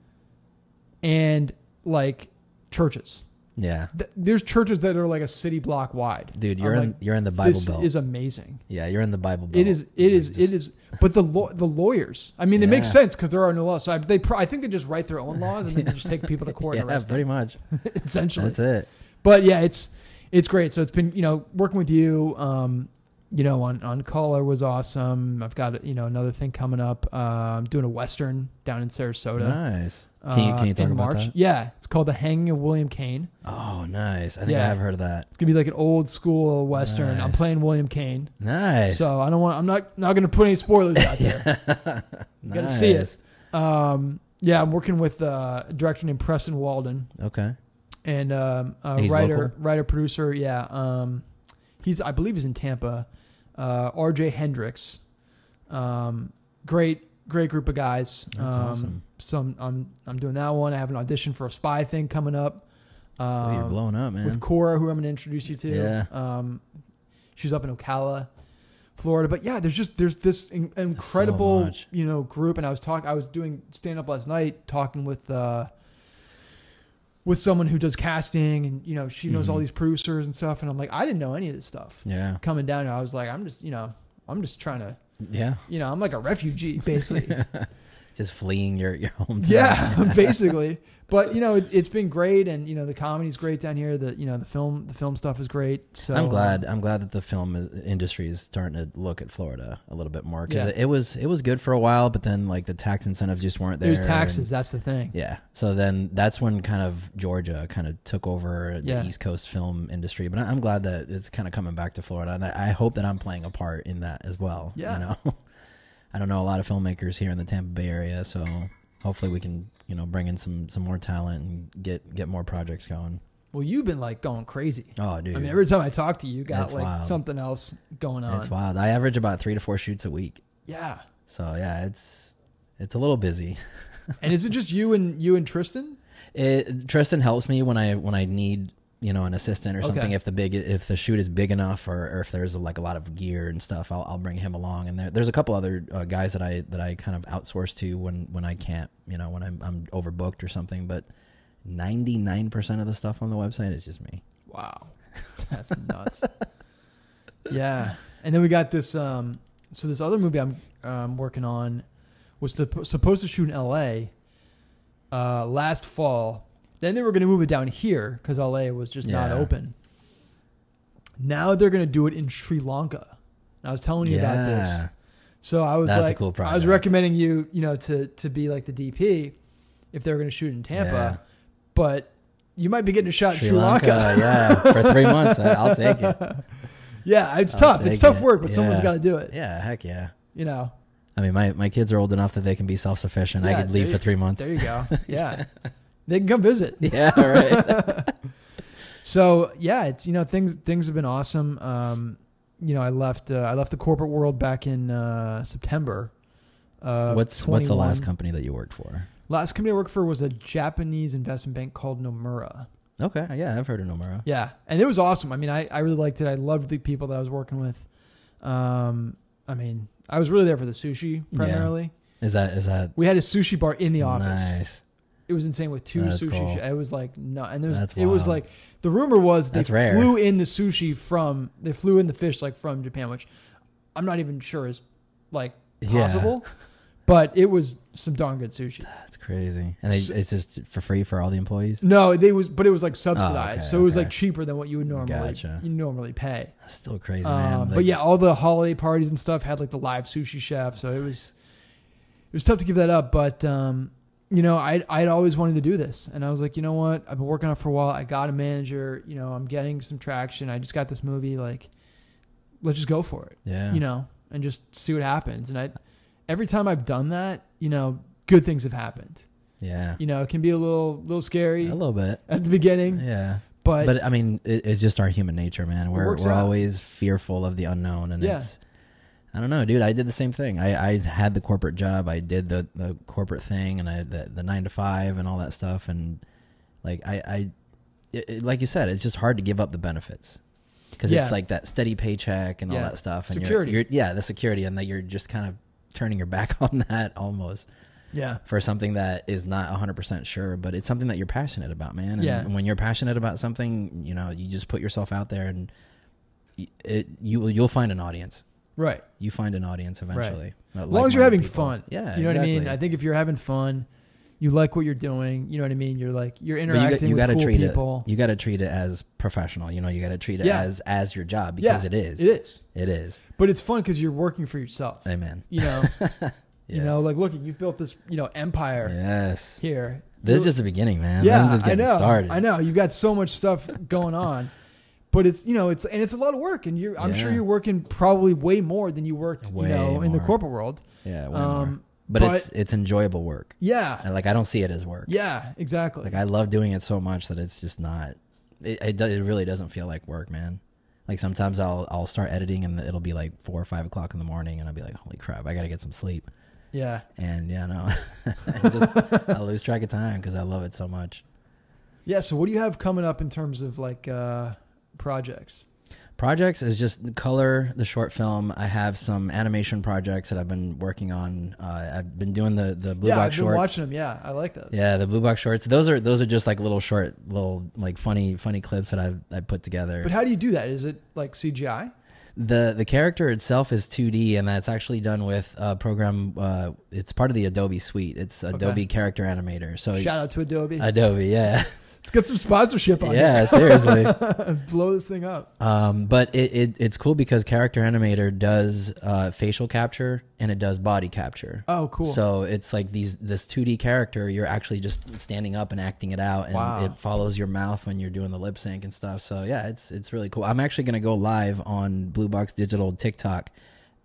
S2: and like churches.
S1: Yeah,
S2: Th- There's churches that are like a city block wide.
S1: dude,
S2: I'm
S1: you're in
S2: like,
S1: you're in the Bible
S2: this
S1: Belt.
S2: is amazing.
S1: yeah, you're in the Bible Belt.
S2: It is. It is. It is. But the law, the lawyers. I mean, they make
S1: Yeah.
S2: sense because there are no laws. So I, they, pro- I think they just write their own laws and then they just take people to court
S1: Yeah,
S2: and arrest
S1: pretty
S2: them.
S1: much.
S2: Essentially,
S1: That's it.
S2: but yeah, it's it's great. So it's been you know working with you, um, you know on on caller was awesome. I've got you know another thing coming up. Uh, I'm doing a western down in Sarasota.
S1: Nice. Can you,
S2: uh,
S1: can you talk
S2: in
S1: about
S2: March?
S1: that?
S2: Yeah, it's called the Hanging of William Kane.
S1: Oh, nice. I think I
S2: Yeah.
S1: have heard of that.
S2: It's gonna be like an old school western. I'm
S1: Nice.
S2: playing William Kane,
S1: Nice.
S2: so I don't want. I'm not not gonna put any spoilers out there. Gotta
S1: nice.
S2: see it. Um, yeah, I'm working with uh, a director named Preston Walden
S1: Okay.
S2: and um, a
S1: He's
S2: writer,
S1: local?
S2: writer, producer. Yeah, um, he's I believe he's in Tampa. Uh, R.J. Hendricks, um, great, great group of guys.
S1: That's
S2: um,
S1: awesome.
S2: So I'm, I'm I'm doing that one. I have an audition for a spy thing coming up.
S1: Oh,
S2: Um,
S1: you're blowing up, man.
S2: with Cora, who I'm going to introduce you to.
S1: Yeah.
S2: Um, she's up in Ocala, Florida. But yeah, there's just there's this in, incredible
S1: much.
S2: you know group, and I was talking, I was doing stand up last night, talking with uh, with someone who does casting, and you know she knows all
S1: Mhm.
S2: these producers and stuff, and I'm like, I didn't know any of this stuff
S1: yeah.
S2: coming down, and I was like, I'm just you know I'm just trying to
S1: Yeah.
S2: you know I'm like a refugee basically.
S1: Just fleeing your, your hometown.
S2: Yeah, basically. But you know, it's it's been great, and you know, the comedy's great down here. The you know, the film the film stuff is great. So
S1: I'm glad.
S2: um,
S1: I'm glad that the film is, industry is starting to look at Florida a little bit more because
S2: Yeah.
S1: it, it was it was good for a while, but then like the tax incentives just weren't there.
S2: there's
S1: and-
S2: taxes. That's the thing.
S1: Yeah. So then that's when kind of Georgia kind of took over the
S2: Yeah.
S1: East Coast film industry. But I- I'm glad that it's kind of coming back to Florida, and I, I hope that I'm playing a part in that as well.
S2: Yeah.
S1: You know, I don't know a lot of filmmakers here in the Tampa Bay area, so hopefully we can you know bring in some some more talent and get get more projects going.
S2: Well, you've been like going crazy.
S1: Oh, dude.
S2: I mean, every time I talk to you, you got
S1: That's
S2: like
S1: wild.
S2: something else going on.
S1: it's wild. I average about three to four shoots a week.
S2: Yeah.
S1: So yeah, it's it's a little busy.
S2: And is it just you and you and Tristan?
S1: It, Tristan helps me when I when I need you know an assistant or
S2: Okay.
S1: something. If the big if the shoot is big enough, or, or if there's like a lot of gear and stuff, I'll, I'll bring him along. And there, there's a couple other uh, guys that I that I kind of outsource to when when I can't, you know, when I'm I'm overbooked or something. But 99% of the stuff on the website is just me.
S2: Wow, that's nuts. yeah, and then we got this. Um, so this other movie I'm um, working on was to, supposed to shoot in L.A. Uh, last fall. Then they were going to move it down here because L.A. was just not
S1: Yeah.
S2: open. Now they're going to do it in Sri Lanka. And I was telling Oh, you about this.
S1: Yeah.
S2: So I was
S1: That's a
S2: like, I
S1: cool
S2: was
S1: project.
S2: recommending you, you know, to to be like the DP if they were going to shoot in Tampa,
S1: Yeah.
S2: but you might be getting a shot in
S1: Sri
S2: Sri
S1: Lanka, yeah, for three months, I- I'll take it.
S2: yeah, it's
S1: I'll
S2: tough. It's
S1: take
S2: tough
S1: it.
S2: work, but someone's
S1: Oh, Yeah.
S2: got to do it.
S1: Yeah, heck yeah.
S2: You know.
S1: I mean, my, my kids are old enough that they can be self sufficient.
S2: Yeah,
S1: I could leave
S2: there
S1: for
S2: you-
S1: three months.
S2: There you go. Yeah, they can come visit.
S1: Yeah, right.
S2: So yeah, it's you know things things have been awesome. Um, you know, I left uh, I left the corporate world back in uh, September. Uh,
S1: what's what's the last
S2: 21.
S1: company that you worked for?
S2: Last company I worked for was a Japanese investment bank called Nomura.
S1: Okay, yeah, I've heard of Nomura.
S2: Yeah, and it was awesome. I mean, I, I really liked it. I loved the people that I was working with. Um, I mean, I was really there for the sushi
S1: Yeah.
S2: primarily.
S1: Is that is that
S2: We had a sushi bar in the office.
S1: Nice.
S2: It was insane with two
S1: That's
S2: sushi.
S1: cool.
S2: It was like no, and there was
S1: That's
S2: it was
S1: wild.
S2: like the rumor was they
S1: That's rare.
S2: flew in the sushi from they flew in the fish like from Japan, which I'm not even sure is like
S1: Yeah.
S2: possible. But it was some darn good sushi.
S1: That's crazy. And they,
S2: So-
S1: it's just for free for all the employees.
S2: No, they was but it was like subsidized,
S1: Oh, okay,
S2: so it was
S1: okay.
S2: like cheaper than what you would normally
S1: Gotcha.
S2: you normally pay.
S1: That's still crazy, man.
S2: Um,
S1: Like,
S2: but yeah, all the holiday parties and stuff had like the live sushi chef, so it was it was tough to give that up. But um, you know, I I'd always wanted to do this, and I was like, you know what, I've been working on it for a while. I got a manager, you know, I'm getting some traction. I just got this movie, like, let's just go for it,
S1: yeah,
S2: you know, and just see what happens. And I every time I've done that, you know, good things have happened.
S1: Yeah.
S2: You know, it can be a little little scary
S1: A little bit.
S2: at the beginning,
S1: Yeah.
S2: but,
S1: But I mean, it, it's just our human nature, man. We're
S2: works
S1: we're
S2: out.
S1: always fearful of the unknown, and
S2: Yeah.
S1: it's I don't know, dude. I did the same thing. I, I had the corporate job. I did the, the corporate thing, and I the, the nine to five and all that stuff. And like I, I it, it- like you said, it's just hard to give up the benefits because
S2: Yeah.
S1: it's like that steady paycheck and all
S2: Yeah.
S1: that stuff. And you're-
S2: Security.
S1: you're- yeah, the security, and that you're just kind of turning your back on that almost
S2: yeah,
S1: for something that is not 100% sure, but it's something that you're passionate about, man. And
S2: Yeah.
S1: when you're passionate about something, you know, you just put yourself out there and y- it you you'll find an audience.
S2: right.
S1: You find an audience eventually. As
S2: As long as you're having fun,
S1: Yeah.
S2: you know what
S1: exactly.
S2: I mean. I think if you're having fun, you like what you're doing. You know what I mean. You're like you're
S1: But you got-
S2: interacting
S1: you
S2: with
S1: gotta
S2: cool
S1: treat
S2: people.
S1: it. You got to treat it as professional. You know, you got to treat it
S2: Yeah.
S1: as as your job
S2: Yeah,
S1: because it is.
S2: It is,
S1: It is.
S2: but it's fun because you're working for yourself.
S1: Amen.
S2: You know, you
S1: Yes.
S2: know, like look, you've built this, you know, empire
S1: Yes.
S2: here.
S1: This is
S2: You're-
S1: just the beginning, man.
S2: yeah,
S1: I'm just
S2: I
S1: getting
S2: know,
S1: started.
S2: I know. You've got so much stuff going on, but it's you know, it's and it's a lot of work, and you're I'm sure
S1: Yeah.
S2: you're working probably way more than you worked,
S1: Way
S2: you know, in the
S1: more.
S2: corporate world.
S1: Yeah. way more.
S2: Um,
S1: But,
S2: but-
S1: it's it's enjoyable work.
S2: yeah,
S1: And, Like I don't see it as work.
S2: yeah, exactly.
S1: Like I love doing it so much that it's just not. It it, do- it really doesn't feel like work, man. Like sometimes I'll I'll start editing and it'll be like four or five o'clock in the morning and I'll be like, holy crap, I gotta get some sleep.
S2: yeah,
S1: And yeah, no, I, just, I lose track of time because I love it so much.
S2: yeah. So what do you have coming up in terms of like uh projects?
S1: Projects is just the color, the short film. I have some animation projects that I've been working on. Uh, I've been doing the the blue
S2: yeah, I've
S1: box
S2: been
S1: shorts.
S2: watching them. Yeah, I like those.
S1: Yeah, the blue box shorts. Those are those are just like little short, little like funny funny clips that I've I put together.
S2: But how do you do that? Is it like CGI?
S1: the the character itself is 2D, and that's actually done with a program. Uh, it's part of the Adobe suite. It's Adobe Character Animator. So
S2: Shout out to Adobe.
S1: Adobe, yeah,
S2: Let's get some sponsorship on
S1: yeah, seriously.
S2: it. Let's blow this thing up.
S1: Um, but it, it it's cool because Character Animator does uh, facial capture and it does body capture.
S2: Oh, cool.
S1: So it's like these this 2D character. You're actually just standing up and acting it out, and
S2: Wow.
S1: it follows your mouth when you're doing the lip sync and stuff. So yeah, it's it's really cool. I'm actually gonna go live on Blue Box Digital TikTok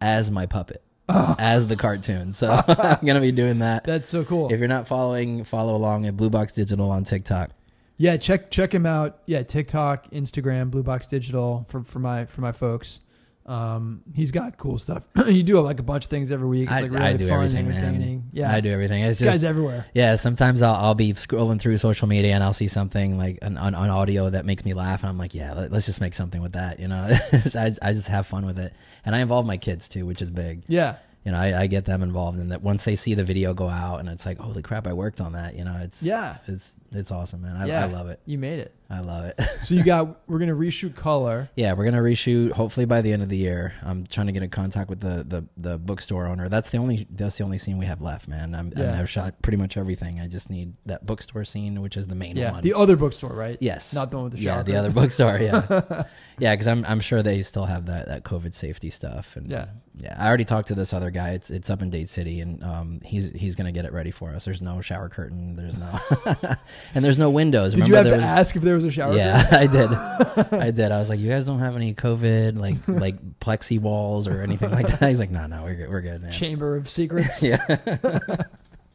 S1: as my puppet, as the cartoon. So I'm gonna be doing that.
S2: Ah, That's so cool.
S1: if you're not following, follow along at Blue Box Digital on TikTok.
S2: Yeah, check check him out. Yeah, TikTok, Instagram, Blue Box Digital for for my for my folks. Um, he's got cool stuff. you do like a bunch of things every week. It's
S1: I,
S2: like really
S1: I do
S2: fun,
S1: everything,
S2: entertaining.
S1: man.
S2: Yeah,
S1: I do everything. It's
S2: This
S1: just
S2: guy's everywhere.
S1: Yeah, sometimes I'll, I'll be scrolling through social media and I'll see something like an, an, an audio that makes me laugh, and I'm like, yeah, let, us just make something with that, you know. I, I just have fun with it, and I involve my kids too, which is big.
S2: Yeah,
S1: You know, I, I get them involved in that. Once they see the video go out, and it's like, holy crap, I worked on that. You know, it's
S2: yeah,
S1: it's it's awesome, man. I,
S2: yeah.
S1: I love it.
S2: You made it.
S1: I love it.
S2: So you got we're gonna reshoot color.
S1: Yeah, we're gonna reshoot hopefully by the end of the year. I'm trying to get in contact with the the, the bookstore owner. That's the only that's the only scene we have left, man. I'm, I mean,
S2: Yeah.
S1: I've shot pretty much everything. I just need that bookstore scene, which is the main
S2: Yeah,
S1: one.
S2: the other bookstore, right?
S1: yes,
S2: not the one with the
S1: yeah,
S2: shower
S1: the
S2: curtain.
S1: other bookstore. Yeah, yeah, because I'm I'm sure they still have that that COVID safety stuff. And
S2: Yeah.
S1: yeah. I already talked to this other guy. It's it's up in Dade City, and um he's he's gonna get it ready for us. There's no shower curtain. There's no and there's no windows.
S2: Did
S1: Remember
S2: you have
S1: there
S2: to
S1: was-
S2: ask if there was a shower?
S1: yeah, I did. I did. I was like, you guys don't have any COVID like like plexi walls or anything like that. He's like, no, no, we're good, we're good, man.
S2: Chamber of Secrets.
S1: Yeah,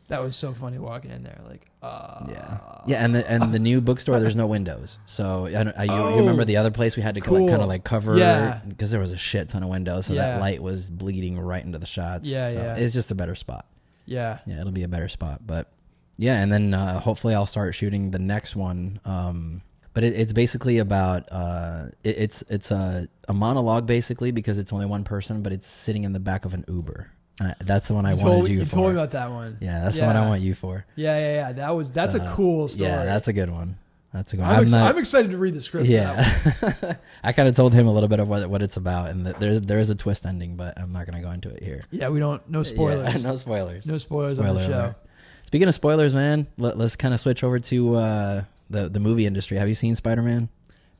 S2: That was so funny walking in there. Like, uh,
S1: yeah, yeah. And the and the new bookstore, there's no windows. So I don't, I, you, you remember
S2: Oh,
S1: the other place we had to
S2: cool.
S1: like, kind of like cover
S2: Yeah.
S1: because there was a shit ton of windows, so
S2: Yeah.
S1: that light was bleeding right into the shots.
S2: Yeah,
S1: so
S2: yeah.
S1: It's just a better spot.
S2: yeah.
S1: Yeah, it'll be a better spot. But yeah, and then uh, hopefully I'll start shooting the next one. Um, but it, it's basically about uh, it, it's it's a, a monologue basically because it's only one person, but it's sitting in the back of an Uber. And I, that's the one I
S2: You
S1: wanted
S2: told,
S1: you,
S2: you
S1: for.
S2: told me about that one.
S1: yeah, that's the one I
S2: Yeah.
S1: want you for.
S2: Yeah, yeah, yeah. That was that's a
S1: So,
S2: cool story.
S1: Yeah, that's a good one. That's a good one.
S2: I'm,
S1: I'm
S2: ex-
S1: not-
S2: I'm excited to read the script. for that one.
S1: yeah, I kind of told him a little bit of what what it's about, and that there's there is a twist ending, but I'm not going to go into it here.
S2: Yeah, we don't. No spoilers.
S1: Yeah, no spoilers.
S2: No spoilers on the
S1: Spoiler
S2: show.
S1: alert. Speaking of spoilers, man, let, us kind of switch over to uh, the the movie industry. Have you seen Spider Man?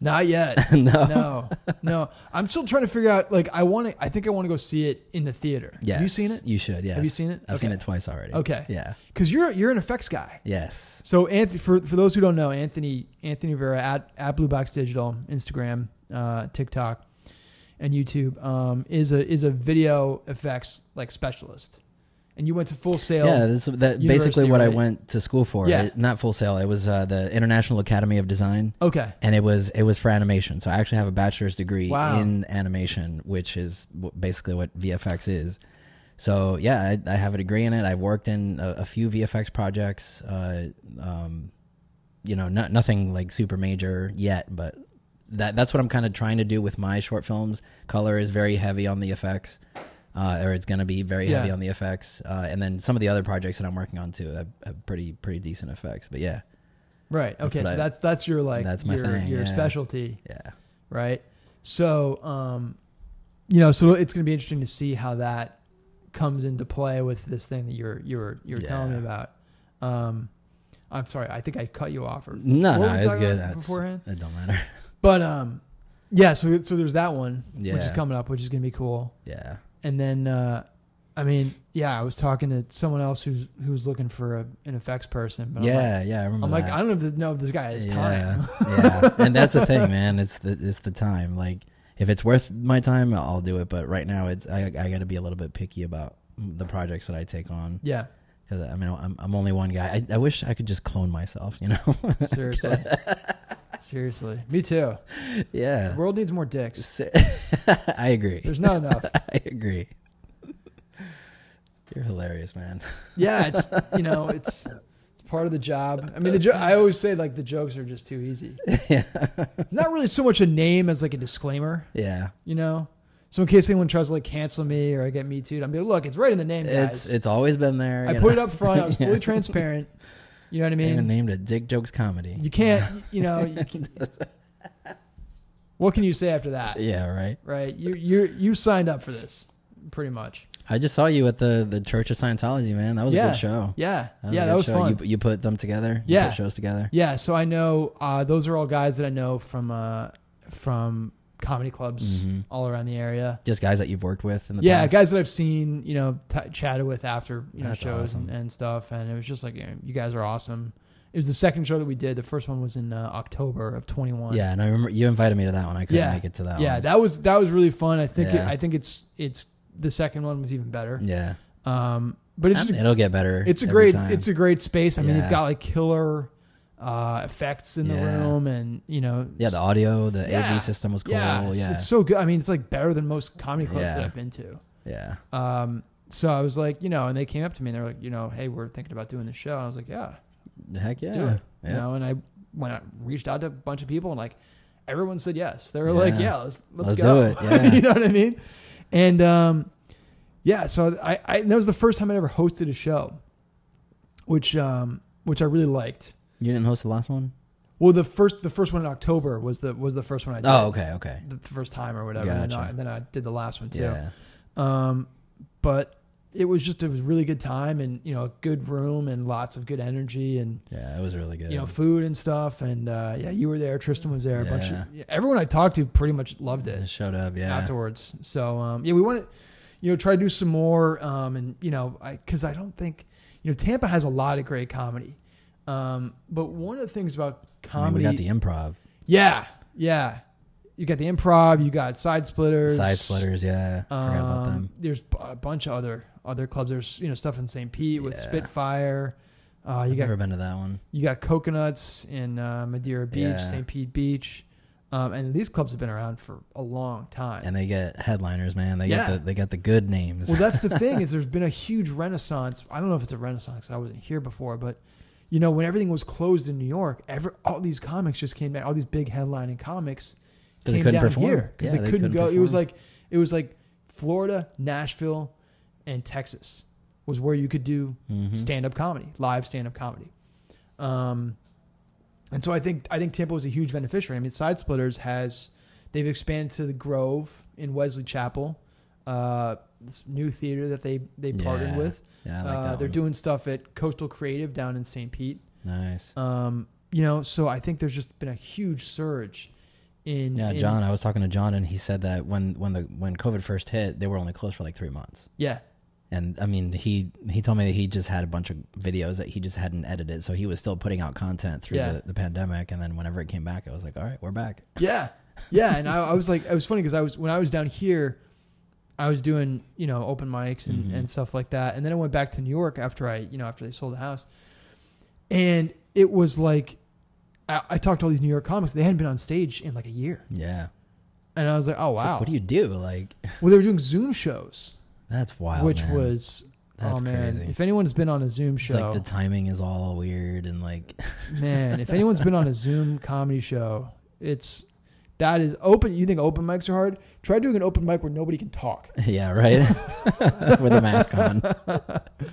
S2: Not yet.
S1: no.
S2: no, no. I'm still trying to figure out. Like, I want to. I think I want to go see it in the theater.
S1: Yes.
S2: Have you seen it?
S1: You should. Yeah.
S2: Have you seen it?
S1: I've seen
S2: Okay.
S1: it twice already.
S2: Okay.
S1: Yeah.
S2: Because you're you're an effects guy.
S1: Yes.
S2: So Anthony, for for those who don't know, Anthony Anthony Rivera at at Blue Box Digital, Instagram, uh, TikTok, and YouTube um, is a is a video effects like specialist, and and you went to Full Sail.
S1: Yeah, that's that basically
S2: University,
S1: what I
S2: right?
S1: went to school for.
S2: Yeah.
S1: It- not Full Sail. It was uh, the International Academy of Design,
S2: Okay.
S1: and it was it was for animation. So I actually have a bachelor's degree
S2: Wow.
S1: in animation, which is w- basically what VFX is. So yeah, I, I have a degree in it. I've worked in a, a few VFX projects. Uh, um, you know, not nothing like super major yet, but that that's what I'm kind of trying to do with my short films. Color is very heavy on the effects, uh, or it's going to be very heavy
S2: Yeah.
S1: on the effects, uh, and then some of the other projects that I'm working on too have, have pretty pretty decent effects. But yeah,
S2: Right. Okay.
S1: what
S2: so
S1: I-
S2: that's that's your like
S1: that's my
S2: your
S1: thing,
S2: your
S1: yeah.
S2: specialty,
S1: yeah,
S2: right? So um, you know, so it's going to be interesting to see how that comes into play with this thing that you're you're you're telling me
S1: Yeah.
S2: about. Um, I'm sorry, I think I cut you off. Or,
S1: no,
S2: what were
S1: no,
S2: we
S1: it's
S2: talking
S1: good.
S2: about
S1: That's-
S2: beforehand?
S1: it don't matter.
S2: But um, yeah. So so there's that one, which is
S1: Yeah.
S2: coming up, which is going to be cool.
S1: yeah,
S2: and then uh I mean, yeah, I was talking to someone else who's who's looking for a, an effects person. But
S1: yeah, yeah. I remember.
S2: I'm like, I'm like
S1: that.
S2: I don't know if this, know if this guy has
S1: yeah,
S2: time.
S1: yeah. And that's the thing, man. It's the it's the time. Like, if it's worth my time, I'll do it. But right now, it's I I got to be a little bit picky about the projects that I take on.
S2: yeah,
S1: Because I mean, I'm, I'm only one guy. I, I wish I could just clone myself, you know?
S2: seriously, seriously. Me too. The
S1: yeah.
S2: world needs more dicks.
S1: Se- I agree.
S2: There's not enough.
S1: I agree. You're hilarious, man.
S2: Yeah, it's you know, it's it's part of the job. I mean, the jo- I always say like the jokes are just too easy.
S1: yeah.
S2: It's not really so much a name as like a disclaimer,
S1: Yeah.
S2: you know. So in case anyone tries to like cancel me or I get me too, I'm like, look, it's right in the name, guys.
S1: It's it's always been there.
S2: I
S1: you
S2: put it
S1: know?
S2: up front. I was
S1: Yeah.
S2: fully transparent. You know what I
S1: I even
S2: mean?
S1: named it Dick Jokes Comedy.
S2: You can't, you know. You can, what can you say after that?
S1: yeah, right.
S2: Right? You you you signed up for this, pretty much.
S1: I just saw you at the, the Church of Scientology, man. That was
S2: yeah.
S1: a good show.
S2: Yeah, yeah,
S1: a good
S2: that was
S1: show.
S2: fun.
S1: You, you put them together? You
S2: Yeah.
S1: put shows together?
S2: yeah, so I know uh, those are all guys that I know from uh, from comedy clubs
S1: Mhm.
S2: all around the area.
S1: Just guys that you've worked with in the
S2: Yeah,
S1: past?
S2: guys that I've seen, you know, t- chatted with after you know
S1: That's
S2: shows
S1: awesome.
S2: and, and stuff, and it was just like you, know, you guys are awesome. It was the second show that we did. The first one was in uh, October of twenty one.
S1: Yeah, and I remember you invited me to that one. I couldn't
S2: Yeah.
S1: make it to that
S2: yeah,
S1: one.
S2: that was that was really fun. I think it,
S1: Yeah.
S2: I think it's it's the second one was even better.
S1: yeah.
S2: Um, but it's
S1: Um,
S2: just a,
S1: it'll get better.
S2: it's a
S1: Mm. every
S2: great
S1: time.
S2: it's a great space. I mean, they've
S1: Yeah.
S2: got like killer uh, effects in the
S1: Yeah.
S2: room, and you know,
S1: yeah. The
S2: s-
S1: audio, the
S2: Yeah.
S1: AV system was cool.
S2: yeah,
S1: Yeah,
S2: it's,
S1: yeah,
S2: it's so good. I mean, it's like better than most comedy clubs that
S1: Yeah.
S2: I've been to. Um, so I was like, you know, and they came up to me and they're like, you know, hey, we're thinking about doing this show, and I was like, yeah,
S1: Heck yeah,
S2: let's do it.
S1: yeah.
S2: You know, and I when I reached out to a bunch of people and like everyone said yes. They were like,
S1: Yeah.
S2: yeah, let's let's,
S1: Let's
S2: go.
S1: do it, yeah.
S2: you know what I mean? And um, yeah, so I, I and that was the first time I'd ever hosted a show, which um, which I really liked.
S1: You didn't host the last one?
S2: Well, the first the first one in October was the was the first one I did.
S1: Oh, okay, okay.
S2: The first time or whatever, and, then
S1: Gotcha.
S2: I, and then I did the last one too.
S1: Yeah,
S2: Um, but it was just it was a really good time, and you know, a good room and lots of good energy, and
S1: yeah. It was really good.
S2: you know, food and stuff. And uh, yeah, you were there. Tristan was there. A bunch
S1: Yeah.
S2: of yeah, everyone I talked to pretty much loved
S1: It
S2: it
S1: showed up. Yeah,
S2: afterwards. So um, yeah, we want to, you know, try to do some more. Um, and you know, I because I don't think you know Tampa has a lot of great comedy. Um, but one of the things about
S1: I mean,
S2: comedy,
S1: we got the improv,
S2: yeah, yeah, you got the improv, you got side splitters,
S1: side splitters. Yeah, forgot about
S2: um,
S1: them.
S2: There's b- a bunch of other other clubs. There's you know stuff in St. Pete with
S1: Yeah.
S2: Spitfire. Uh,
S1: I've
S2: you got
S1: never been to that one.
S2: you got coconuts in uh, Madeira Beach,
S1: Yeah.
S2: St. Pete Beach, um, and these clubs have been around for a long time.
S1: And they get headliners, man. They
S2: Yeah.
S1: get the they got the good names.
S2: well, that's the thing is there's been a huge renaissance. I don't know if it's a renaissance. 'cause I wasn't here before, but you know when everything was closed in New York, ever all these comics just came back. All these big headlining comics
S1: 'Cause they
S2: came
S1: couldn't
S2: down
S1: perform.
S2: here because
S1: Yeah,
S2: they,
S1: they
S2: couldn't,
S1: couldn't
S2: go. It was
S1: perform.
S2: like it was like Florida, Nashville, and Texas was where you could do
S1: Mhm.
S2: stand up comedy, live stand up comedy. Um, and so I think I think Tampa was a huge beneficiary. I mean, Side Splitters has they've expanded to the Grove in Wesley Chapel, uh, this new theater that they they partnered
S1: Yeah,
S2: with.
S1: yeah, I like
S2: uh,
S1: that
S2: they're
S1: one.
S2: doing stuff at Coastal Creative down in St. Pete.
S1: nice.
S2: Um, you know, so I think there's just been a huge surge in
S1: Yeah,
S2: in-
S1: John. I was talking to John, and he said that when when the when COVID first hit, they were only closed for like three months.
S2: Yeah,
S1: and I mean he he told me that he just had a bunch of videos that he just hadn't edited, so he was still putting out content through
S2: Yeah.
S1: the, the pandemic. And then whenever it came back, I was like, all right, we're back.
S2: Yeah, yeah, and I, I was like, it was funny because I was when I was down here, I was doing you know open mics and,
S1: Mhm.
S2: and stuff like that, and then I went back to New York after I you know after they sold the house, and it was like I, I talked to all these New York comics. They hadn't been on stage in like a year,
S1: Yeah.
S2: and I was like, oh
S1: It's like,
S2: wow.
S1: what do you do? Like,
S2: well, they were doing Zoom shows,
S1: that's wild.
S2: which
S1: man.
S2: was
S1: That's
S2: oh man,
S1: crazy.
S2: if anyone's been on a Zoom
S1: It's
S2: show,
S1: like the timing is all weird and like
S2: Man, if anyone's been on a Zoom comedy show, it's that is open. You think open mics are hard? Try doing an open mic where nobody can talk.
S1: yeah, right? With a mask on.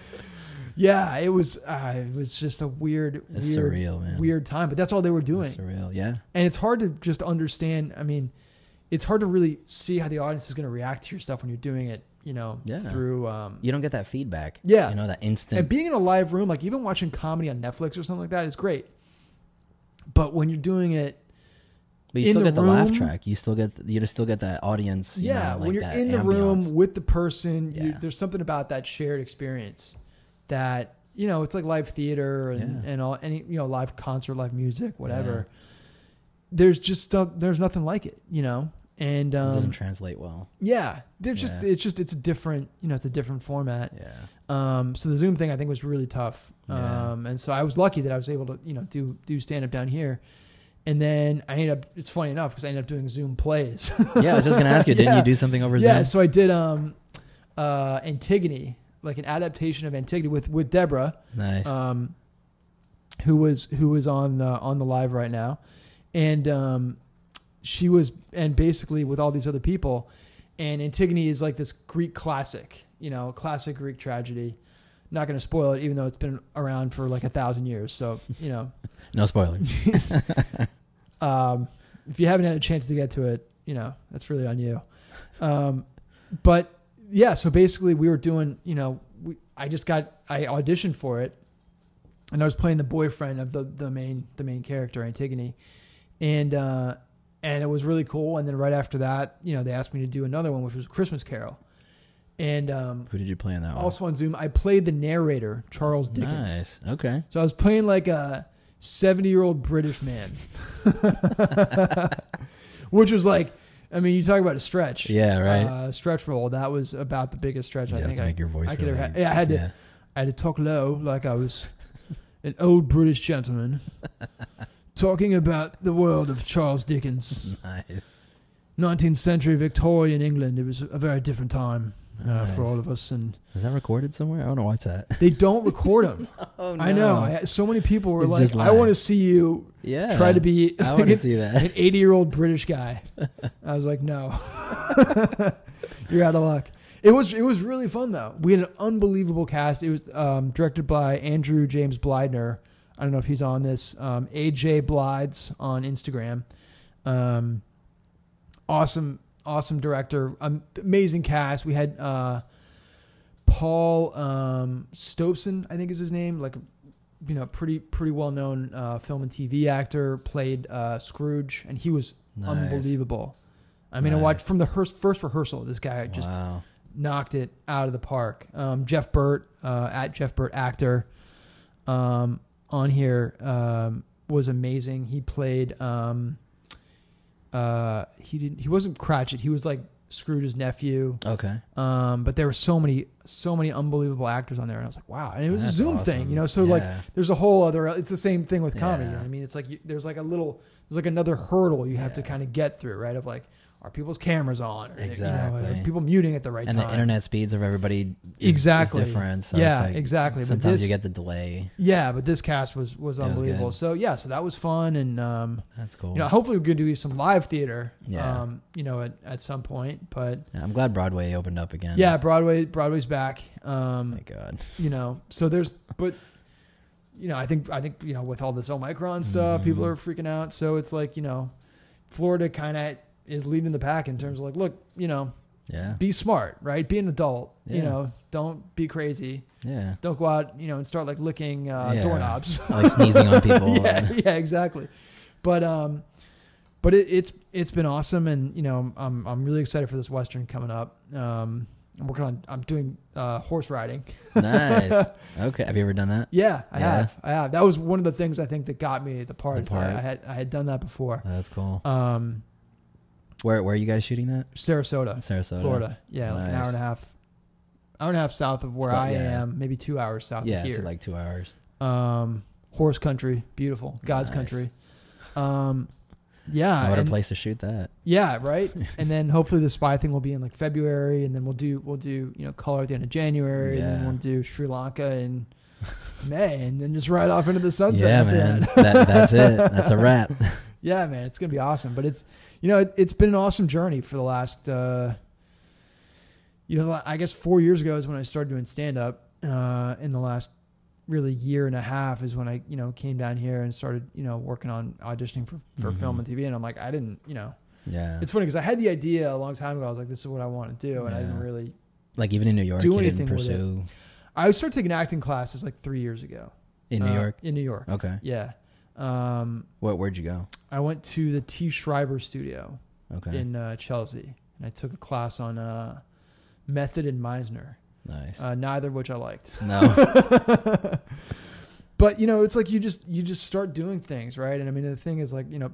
S2: Yeah, it was. Uh, it was just a weird,
S1: It's
S2: weird,
S1: surreal, man.
S2: weird time. But that's all they were doing,
S1: It's surreal. Yeah.
S2: and it's hard to just understand. I mean, it's hard to really see how the audience is going to react to your stuff when you're doing it. You know,
S1: Yeah.
S2: through um,
S1: You don't get that feedback.
S2: Yeah.
S1: You know, that
S2: and
S1: instant
S2: being in a live room, like even watching comedy on Netflix or something like that, is great. But when you're doing it
S1: but you
S2: in
S1: still
S2: the
S1: get the laugh
S2: room-
S1: track. You still get you still get that audience. you
S2: yeah,
S1: know,
S2: when
S1: like
S2: you're
S1: that
S2: in the
S1: ambiance.
S2: room with the person, you,
S1: Yeah.
S2: there's something about that shared experience that you know it's like live theater and,
S1: Yeah.
S2: and all any you know live concert, live music, whatever. There's just stuff. There's nothing like it, you know. And
S1: it doesn't
S2: um,
S1: translate well.
S2: yeah, there's just
S1: Yeah.
S2: it's just it's a different you know it's a different format.
S1: Yeah.
S2: Um, so the Zoom thing I think was really tough.
S1: Yeah.
S2: Um, and so I was lucky that I was able to you know do do stand up down here. And then I ended up. It's funny enough because I ended up doing Zoom plays.
S1: Yeah, I was just gonna ask you, didn't
S2: Yeah.
S1: you do something over
S2: Yeah,
S1: Zoom?
S2: so I did um, uh, Antigone, like an adaptation of Antigone with with Deborah,
S1: Nice.
S2: um, who was who was on the on the live right now, and um, she was and basically with all these other people, and Antigone is like this Greek classic, you know, classic Greek tragedy. Not going to spoil it, even though it's been around for like a thousand years. So you know,
S1: no spoilers.
S2: um, if you haven't had a chance to get to it, you know, that's really on you. Um, but yeah, so basically we were doing, you know, we, I just got, I auditioned for it and I was playing the boyfriend of the, the main, the main character, Antigone. And, uh, and it was really cool. And then right after that, you know, they asked me to do another one, which was Christmas Carol. And, um,
S1: Who did you play in that one?
S2: also on Zoom, I played the narrator, Charles Dickens.
S1: Oh. nice. Okay.
S2: So I was playing like a 70 year old British man, which was like, I mean, you talk about a stretch.
S1: Yeah, right.
S2: Uh, stretch roll. That was about the biggest stretch
S1: You
S2: I
S1: have
S2: think
S1: to
S2: I,
S1: make your voice
S2: I could
S1: really-
S2: have. Yeah, I had to.
S1: yeah.
S2: I had to talk low, like I was an old British gentleman, talking about the world of Charles Dickens,
S1: Nice.
S2: 19th century Victorian England. It was a very different time uh,
S1: Nice.
S2: for all of us, and
S1: Is that recorded somewhere? I want to watch that.
S2: they don't record them.
S1: Oh
S2: I know. I, so many people were
S1: It's
S2: like,
S1: just
S2: "I
S1: live.
S2: want to see you
S1: yeah.
S2: try to be
S1: I want to
S2: like
S1: see that.
S2: an 80 year old British guy. I was like, no, you're out of luck. It was it was really fun though. We had an unbelievable cast. It was um, directed by Andrew James Blydner. I don't know if he's on this. Um, AJ Blides on Instagram. Um, awesome, awesome director. Um, amazing cast. We had uh, Paul um, Stobson, I think is his name. Like you know, pretty pretty well known uh, film and TV actor, played uh, Scrooge, and he was
S1: Nice.
S2: unbelievable. I mean, I
S1: Nice.
S2: watched from the hearse, first rehearsal. This guy just
S1: wow.
S2: knocked it out of the park. Um, Jeff Burt uh, at Jeff Burt actor um, on here um, was amazing. He played. Um, uh, he didn't. He wasn't Cratchit. He was like Scrooge's nephew.
S1: Okay.
S2: Um, but there were so many, so many unbelievable actors on there, and I was like, wow. And it was
S1: That's
S2: a Zoom
S1: awesome.
S2: thing, you know. So like,
S1: Yeah.
S2: there's a whole other. It's the same thing with comedy.
S1: Yeah.
S2: I mean, it's like you, there's like a little, there's like another hurdle you have to
S1: Yeah.
S2: kind of get through, right? Of like, are people's cameras on? Or, you know,
S1: Exactly.
S2: are people muting at the right
S1: And
S2: time?
S1: the internet speeds of everybody is- is,
S2: Exactly.
S1: different. So
S2: yeah,
S1: it's like
S2: exactly. But
S1: Sometimes
S2: this,
S1: you get the delay.
S2: yeah, but this cast was was
S1: It was
S2: unbelievable.
S1: good.
S2: so yeah, so that was fun, and um,
S1: That's cool.
S2: you know, hopefully we're gonna do some live theater,
S1: Yeah.
S2: um, you know, at, at some point. But
S1: Yeah, I'm glad Broadway opened up again.
S2: yeah, Broadway, Broadway's back. Um,
S1: Thank God.
S2: you know so there's but you know i think i think you know with all this omicron stuff
S1: Mhm.
S2: people are freaking out so it's like you know florida kind of is leading the pack in terms of like look you know
S1: Yeah.
S2: be smart right be an adult you
S1: Yeah.
S2: know don't be crazy
S1: Yeah.
S2: don't go out you know and start like licking uh,
S1: Yeah.
S2: doorknobs
S1: like sneezing on people.
S2: yeah, yeah, exactly. But um, but it, it's it's been awesome, and you know I'm I'm really excited for this Western coming up. Um, I'm working on I'm doing uh, horse riding.
S1: nice. Okay. Have you ever done that?
S2: Yeah, I
S1: Yeah.
S2: have. I have. That was one of the things I think that got me the part.
S1: The part.
S2: I had I had done that before.
S1: That's cool.
S2: Um,
S1: Where where are you guys shooting that?
S2: Sarasota,
S1: Sarasota,
S2: Uh, Florida. Yeah, like an
S1: Nice.
S2: hour and a half, hour and a half south of where
S1: about-
S2: I
S1: yeah.
S2: am. Maybe two hours south
S1: Yeah,
S2: of
S1: it's
S2: here.
S1: like two hours.
S2: um, horse country, beautiful, God's
S1: Nice.
S2: country. Um, yeah,
S1: what a
S2: and-
S1: place to shoot that.
S2: yeah, right. and then hopefully the spy thing will be in like February, and then we'll do we'll do you know color at the end of January, and then
S1: Yeah.
S2: we'll do Sri Lanka in May, and then just ride off into the sunset.
S1: yeah,
S2: after
S1: man.
S2: that.
S1: that, that's it. That's a wrap.
S2: yeah, man, it's gonna be awesome. But it's you know it, it's been an awesome journey for the last uh, you know I guess four years ago is when I started doing stand up. Uh, in the last really year and a half is when I you know came down here and started you know working on auditioning for for film and
S1: Mhm.
S2: TV, and I'm like I didn't you know
S1: Yeah.
S2: it's funny because I had the idea a long time ago. I was like, this is what I want to do. And I didn't
S1: Yeah.
S2: really,
S1: like even in New York,
S2: do
S1: you didn't
S2: anything with it.
S1: pursue
S2: I started taking acting classes like three years ago.
S1: in New
S2: Uh,
S1: York.
S2: In New York.
S1: Okay.
S2: Yeah. Um,
S1: What where'd you go?
S2: I went to the T. Schreiber studio
S1: Okay.
S2: in uh, Chelsea and I took a class on uh, Method and Meisner,
S1: nice.
S2: uh, neither of which I liked.
S1: no.
S2: but you know it's like you just you just start doing things right and i mean the thing is like you know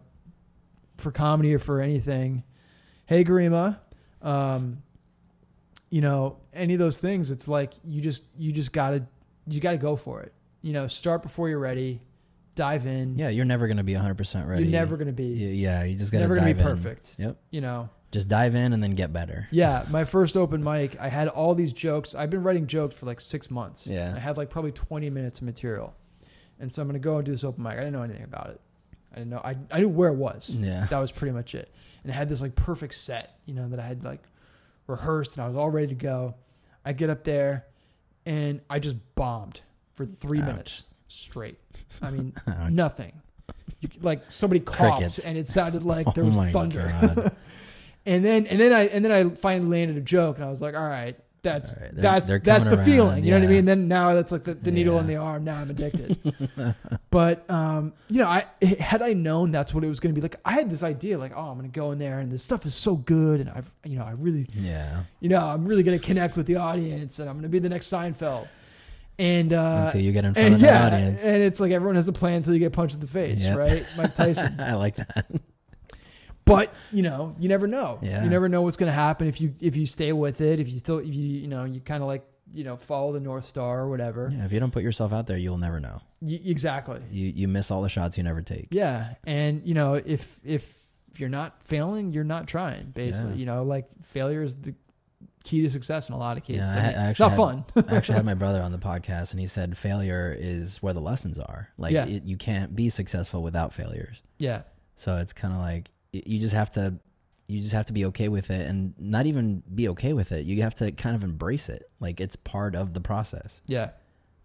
S2: for comedy or for anything hey garima um you know any of those things it's like you just you just gotta you gotta go for it you know start before you're ready dive in
S1: Yeah, you're never gonna be 100 percent ready.
S2: you're never gonna be
S1: Y- Yeah, you just gotta
S2: never gonna be
S1: dive in.
S2: perfect
S1: Yep.
S2: you know
S1: Just dive in and then get better.
S2: yeah my first open mic i had all these jokes i've been writing jokes for like six months
S1: Yeah.
S2: i had like probably 20 minutes of material and so i'm going to go and do this open mic i didn't know anything about it i didn't know i, I knew where it was
S1: Yeah.
S2: that was pretty much it and i had this like perfect set you know that i had like rehearsed and i was all ready to go i get up there and i just bombed for three
S1: Ouch.
S2: minutes straight i mean
S1: Ouch.
S2: nothing you, like somebody coughed
S1: Crickets.
S2: and it sounded like there
S1: oh
S2: was
S1: my
S2: thunder
S1: god.
S2: and then and then I and then I finally landed a joke, and I was like, all right, that's
S1: All right, they're-
S2: that's
S1: they're
S2: that's
S1: coming
S2: the
S1: around,
S2: feeling. You know what I
S1: yeah.
S2: mean? Then now that's like the, the needle
S1: Yeah.
S2: in the arm. Now I'm addicted. but um, you know, I had I known that's what it was going to be like. I had this idea, like, oh, I'm going to go in there, and this stuff is so good, and I've you know, I really
S1: Yeah.
S2: you know, I'm really going to connect with the audience, and I'm going to be the next Seinfeld. And uh,
S1: Until you get in front
S2: and
S1: of the
S2: yeah,
S1: audience.
S2: and it's like everyone has a plan until you get punched in the face,
S1: Yep.
S2: right? Mike Tyson.
S1: I like that.
S2: but you know you never know
S1: Yeah.
S2: you never know what's going to happen if you if you stay with it if you still if you you know you kind of like you know follow the north star or whatever
S1: Yeah, if you don't put yourself out there, you'll never know.
S2: Y- exactly
S1: You you miss all the shots you never take.
S2: yeah and you know if if you're not failing you're not trying basically
S1: Yeah.
S2: you know like failure is the key to success in a lot of cases
S1: Yeah,
S2: I
S1: I-
S2: mean,
S1: I
S2: it's not
S1: actually
S2: fun
S1: I actually had my brother on the podcast, and he said failure is where the lessons are. Like
S2: Yeah.
S1: it, you can't be successful without failures.
S2: yeah
S1: So it's kind of like y- you just have to you just have to be okay with it, and not even be okay with it. You have to kind of embrace it. Like it's part of the process.
S2: yeah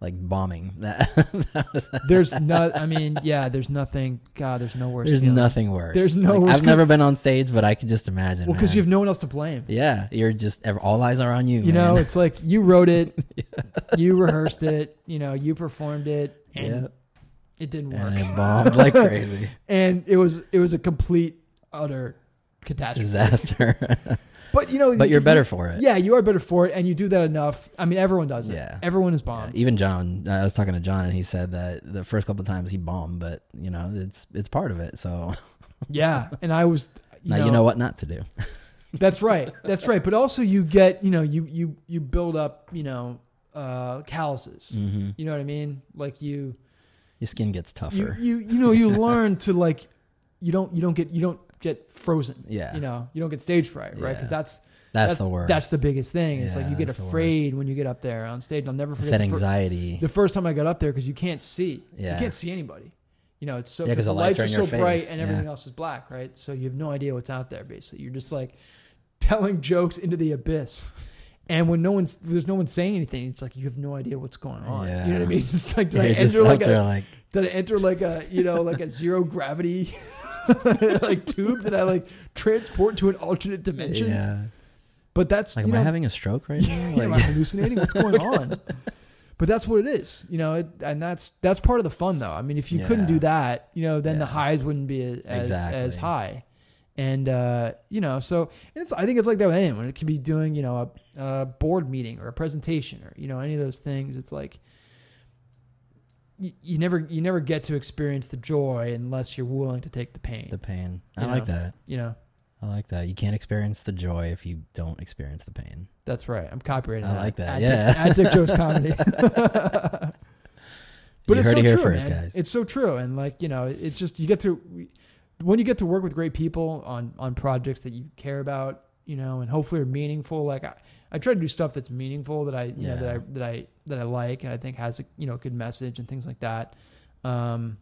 S1: Like bombing. That, that was,
S2: there's no i mean yeah there's nothing god there's no worse
S1: there's
S2: feeling.
S1: nothing worse.
S2: There's no
S1: Like,
S2: worse-
S1: I've never been on stage, but I can just imagine.
S2: well because
S1: man.
S2: you have no one else to blame
S1: yeah, you're just ev- all eyes are on you.
S2: You know,
S1: man.
S2: it's like you wrote it, you rehearsed it, you know, you performed it, and
S1: Yep.
S2: it didn't work.
S1: and it bombed like crazy.
S2: and it was it was a complete utter catastrophe.
S1: disaster.
S2: But you know,
S1: but you're
S2: you-
S1: better for it.
S2: Yeah, you are better for it, and you do that enough. I mean, everyone does it.
S1: Yeah.
S2: everyone is bombed.
S1: Even John, I was talking to John, and he said that the first couple of times he bombed, but you know it's it's part of it. So
S2: yeah, and I was. You
S1: now
S2: know,
S1: you know what not to do.
S2: That's right. That's right. But also, you get you know you you you build up you know uh calluses.
S1: hmm
S2: You know what I mean? Like you
S1: Your skin gets
S2: you
S1: tougher.
S2: you you know you learn to like you don't you don't get you don't get frozen.
S1: Yeah.
S2: You know you don't get stage fright, right?
S1: Yeah.
S2: Because that's
S1: that's the worst.
S2: That's the biggest thing. It's like
S1: Yeah,
S2: you get
S1: that's the worst.
S2: afraid when you get up there on stage. I'll never
S1: it's
S2: forget
S1: that
S2: the, fir-
S1: anxiety.
S2: the first time I got up there because you can't see.
S1: Yeah.
S2: You can't see anybody. You know, it's so
S1: Yeah, 'cause
S2: the
S1: the lights
S2: lights
S1: are
S2: are
S1: in
S2: so
S1: your face.
S2: bright and
S1: Yeah.
S2: everything else is black, right? So you have no idea what's out there. Basically, you're just like telling jokes into the abyss. And when no one's there's no one saying anything, it's like you have no idea what's going on. You know what I
S1: Yeah.
S2: mean? It's like did
S1: You're
S2: I
S1: just
S2: enter
S1: up
S2: like uh, a
S1: there like
S2: did I enter like a you know like a zero gravity like tube? Did I like transport to an alternate dimension?
S1: yeah.
S2: But that's
S1: Like,
S2: you
S1: am I
S2: know,
S1: having a stroke right now?
S2: am I
S1: Like,
S2: hallucinating? What's going on? But that's what it is, you know. It, and that's that's part of the fun, though. I mean, if you couldn't
S1: Yeah.
S2: do that, you know, then the
S1: Yeah.
S2: highs wouldn't be as as
S1: Exactly.
S2: high. And uh, you know, so and it's I think it's like that with anyone. It can be doing you know a, a board meeting or a presentation or you know any of those things. It's like you, you never you never get to experience the joy unless you're willing to take the pain.
S1: the pain. I
S2: You
S1: like
S2: know.
S1: that.
S2: you know,
S1: I like that. You can't experience the joy if you don't experience the pain.
S2: That's right. I'm copyrighting.
S1: I like
S2: At
S1: that, yeah.
S2: Dick, at Dick Joe's comedy. but
S1: you
S2: it's
S1: heard
S2: so
S1: it here
S2: true,
S1: first,
S2: man.
S1: guys.
S2: It's so true, and like you know, it's just you get to when you get to work with great people on on projects that you care about, you know, and hopefully are meaningful. Like I, I try to do stuff that's meaningful that I you know that I
S1: Yeah.
S2: that I that I like and I think has a you know good message and things like that. Um,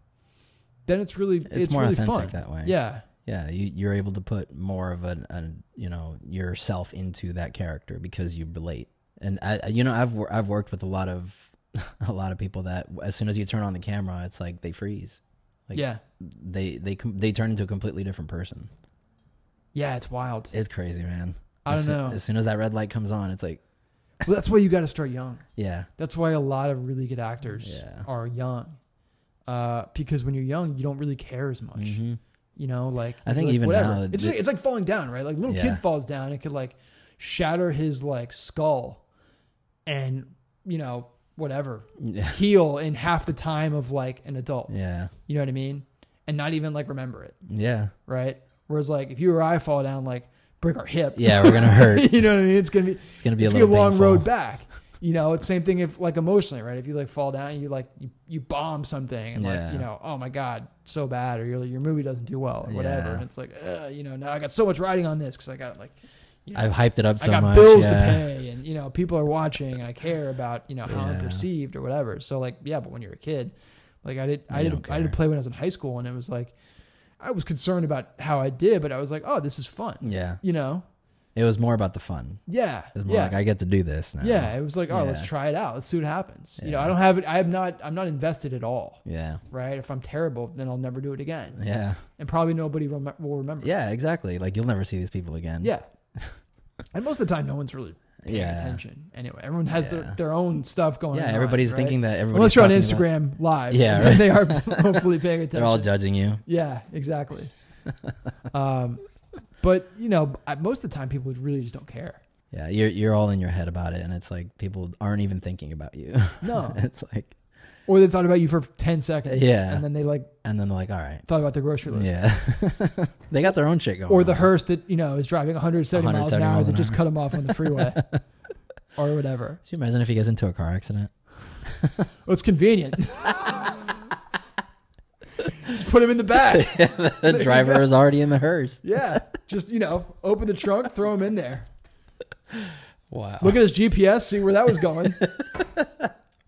S2: then it's really it's,
S1: It's, more
S2: really
S1: authentic
S2: fun.
S1: that way.
S2: Yeah,
S1: yeah. You, you're able to put more of an, an, you know, yourself into that character because you relate. And I, I- you know, I've wor- I've worked with a lot of a lot of people that as soon as you turn on the camera, it's like they freeze. Like,
S2: yeah,
S1: They they com- they turn into a completely different person.
S2: yeah. It's wild.
S1: It's crazy, man.
S2: I
S1: As
S2: don't
S1: soo-
S2: know.
S1: As soon as that red light comes on, it's like,
S2: Well, that's why you got to start young.
S1: yeah,
S2: That's why a lot of really good actors
S1: Yeah.
S2: are young, uh, because when you're young, you don't really care as much.
S1: Mhm.
S2: You know, like
S1: I
S2: you're
S1: think
S2: like,
S1: even
S2: whatever.
S1: now,
S2: it's
S1: the-
S2: like, it's like falling down, right? Like little
S1: Yeah.
S2: kid falls down, it could like shatter his like skull, and you know whatever
S1: yeah,
S2: heal in half the time of like an adult.
S1: yeah,
S2: You know what I mean? And not even like remember it,
S1: yeah,
S2: right? Whereas like if you or I fall down, like break our hip,
S1: yeah. We're gonna hurt.
S2: you know what I mean? It's gonna be
S1: It's gonna be
S2: it's
S1: a
S2: gonna
S1: little
S2: be a long
S1: painful.
S2: road back. You know, it's same thing if like emotionally, right? If you like fall down, you like you, you bomb something, and
S1: Yeah.
S2: like you know, oh my god, so bad, or your your movie doesn't do well, or whatever.
S1: Yeah.
S2: And it's like, Ugh, you know, now I got so much riding on this because I got like, you know,
S1: I've hyped it up so
S2: I got
S1: much.
S2: bills to
S1: yeah.
S2: pay, and you know, people are watching, and I care about you know how I'm
S1: Yeah.
S2: perceived or whatever. So like, yeah, but when you're a kid, like I did, I
S1: You
S2: did,
S1: don't
S2: I did
S1: care.
S2: a play when I was in high school, and it was like, I was concerned about how I did, but I was like, oh, this is fun,
S1: Yeah,
S2: you know,
S1: it was more about the fun.
S2: yeah,
S1: It was more
S2: yeah.
S1: like I get to do this now.
S2: Yeah, it was like, oh,
S1: Uh-huh. Yeah.
S2: let's try it out. Let's see what happens. You know,
S1: Yeah.
S2: I don't have it. I am not. I'm not invested at all.
S1: yeah,
S2: Right. If I'm terrible, then I'll never do it again,
S1: yeah,
S2: and probably nobody rem- will remember.
S1: yeah. Exactly. Like you'll never see these people again.
S2: Yeah. and most of the time, no one's really paying
S1: Yeah.
S2: attention. Anyway, everyone has
S1: Yeah.
S2: their, their own stuff going.
S1: yeah.
S2: on,
S1: everybody's
S2: right?
S1: thinking that everybody.
S2: Unless you're on Instagram live,
S1: Yeah,
S2: and then
S1: right.
S2: they are hopefully paying attention.
S1: they're all judging you.
S2: Yeah, exactly. um, but you know, I- most of the time, people really just don't care.
S1: Yeah, you're you're all in your head about it, and it's like people aren't even thinking about you.
S2: No.
S1: it's like,
S2: Or they thought about you for ten seconds,
S1: Yeah.
S2: and then they like
S1: and then they're like, all right,
S2: thought about their grocery list.
S1: yeah, they got their own shit going.
S2: or the
S1: on.
S2: hearse that you know is driving 170, miles an
S1: 170
S2: hour
S1: miles
S2: that
S1: an
S2: just
S1: hour.
S2: cut him off on the freeway or whatever.
S1: Could you imagine if he gets into a car accident?
S2: Well, it's convenient. just put him in the back.
S1: The driver is already in the hearse.
S2: Yeah, just you know, open the trunk, throw him in there.
S1: Wow.
S2: Look at his GPS, see where that was going.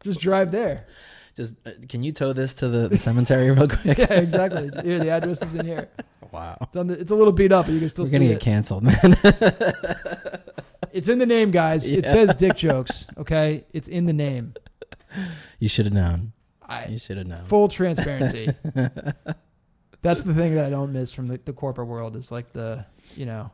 S2: just drive there.
S1: Just uh, can you tow this to the, the cemetery real quick?
S2: Yeah, exactly. Here, the address is in here.
S1: Wow.
S2: It's, on the, it's a little beat up, but you can still
S1: We're
S2: see
S1: gonna get
S2: it.
S1: canceled, man.
S2: It's in the name, guys. It
S1: Yeah.
S2: says dick jokes. Okay, it's in the name.
S1: you should have known.
S2: I,
S1: You should have known.
S2: full transparency. That's the thing that I don't miss from the, the corporate world is like the you know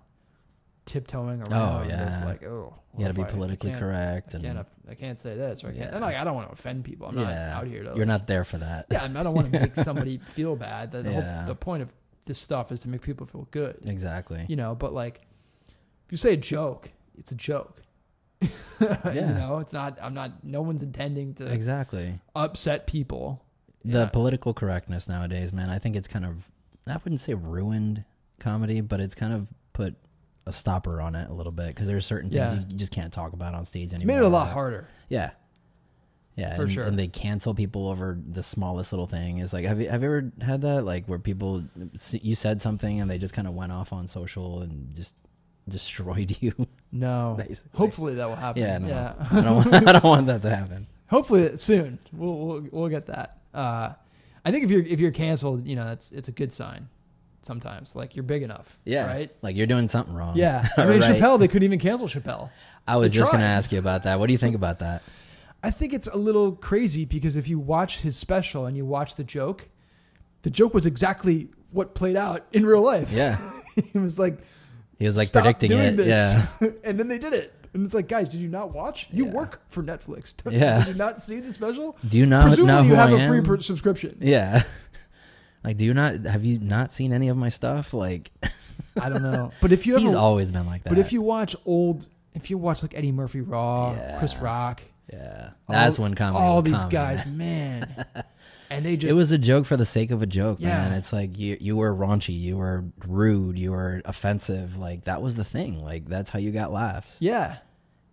S2: tiptoeing around. with,
S1: yeah.
S2: like oh,
S1: you got to
S2: what
S1: be
S2: if I- I
S1: politically
S2: can't-
S1: correct,
S2: I
S1: and
S2: can't, I can't say this. Or I can't.
S1: Yeah.
S2: And like I don't want to offend people. I'm
S1: yeah,
S2: not out here to.
S1: you're not there for that.
S2: Yeah, I, mean, I don't want to make somebody feel bad. The, the
S1: Yeah.
S2: whole, the point of this stuff is to make people feel good.
S1: Exactly.
S2: You know, but like if you say a joke, it's a joke. you
S1: Yeah.
S2: know, it's not. I'm not. No one's intending to
S1: Exactly.
S2: upset people.
S1: The
S2: Yeah.
S1: political correctness nowadays, man. I think it's kind of I wouldn't say ruined comedy, but it's kind of put a stopper on it a little bit because there's certain things
S2: Yeah.
S1: you, you just can't talk about on stage
S2: It's
S1: anymore.
S2: made it a lot harder.
S1: Yeah. Yeah,
S2: For
S1: and,
S2: sure.
S1: and they cancel people over the smallest little thing. It's like, have you have you ever had that? Like where people you said something and they just kind of went off on social and just destroyed you.
S2: No.
S1: Basically.
S2: Hopefully that will happen.
S1: yeah,
S2: Yeah.
S1: no, I don't want, I don't want that to happen.
S2: Hopefully soon. We'll, we'll we'll get that. Uh, I think if you're if you're canceled, you know that's it's a good sign. Sometimes like you're big enough.
S1: Yeah,
S2: Right.
S1: Like you're doing something wrong.
S2: Yeah. I mean
S1: Right.
S2: Chappelle, they couldn't even cancel Chappelle.
S1: I was
S2: They
S1: just
S2: tried.
S1: going to ask you about that. What do you think about that?
S2: I think it's a little crazy because if you watch his special and you watch the joke, the joke was exactly what played out in real life.
S1: Yeah,
S2: it was like
S1: he was like
S2: Stop
S1: predicting
S2: doing
S1: it.
S2: this.
S1: Yeah,
S2: and then they did it. And it's like, guys, did you not watch? You
S1: Yeah.
S2: work for Netflix.
S1: Yeah.
S2: did you not see the special?
S1: do you not
S2: Presumably,
S1: know who
S2: you have
S1: I
S2: a
S1: am?
S2: free per- subscription.
S1: yeah, like do you not have you not seen any of my stuff? Like
S2: I don't know, but if you ever,
S1: he's always been like that.
S2: but if you watch old, if you watch like Eddie Murphy Raw,
S1: Yeah.
S2: Chris Rock,
S1: yeah, that's
S2: all-
S1: when comedy.
S2: All
S1: was
S2: these
S1: comedy.
S2: guys, man, and they just
S1: it was a joke for the sake of a joke,
S2: Yeah.
S1: man. It's like you you were raunchy, you were rude, you were offensive. Like that was the thing. Like that's how you got laughs.
S2: yeah.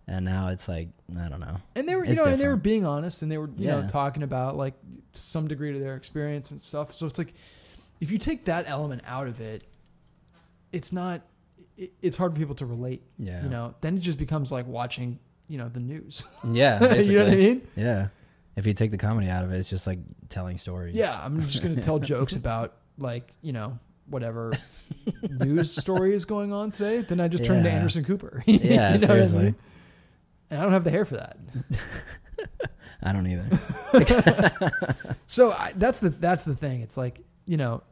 S1: And now it's like I don't know.
S2: And they were, you
S1: It's
S2: know, and they were
S1: different.
S2: being honest, and they were, you
S1: Yeah.
S2: know, talking about like some degree to their experience and stuff. So it's like, if you take that element out of it, it's not, it, it's hard for people to relate.
S1: Yeah.
S2: You know, then it just becomes like watching, you know, the news.
S1: Yeah.
S2: you know what I
S1: basically.
S2: mean?
S1: Yeah. If you take the comedy out of it, it's just like telling stories.
S2: Yeah, I'm just gonna tell jokes about like, you know, whatever news story is going on today. Then I just turn to
S1: Yeah.
S2: Anderson Cooper.
S1: Yeah,
S2: You know what I
S1: seriously.
S2: mean? And I don't have the hair for that.
S1: I don't either.
S2: So I, that's the that's the thing. It's like you know,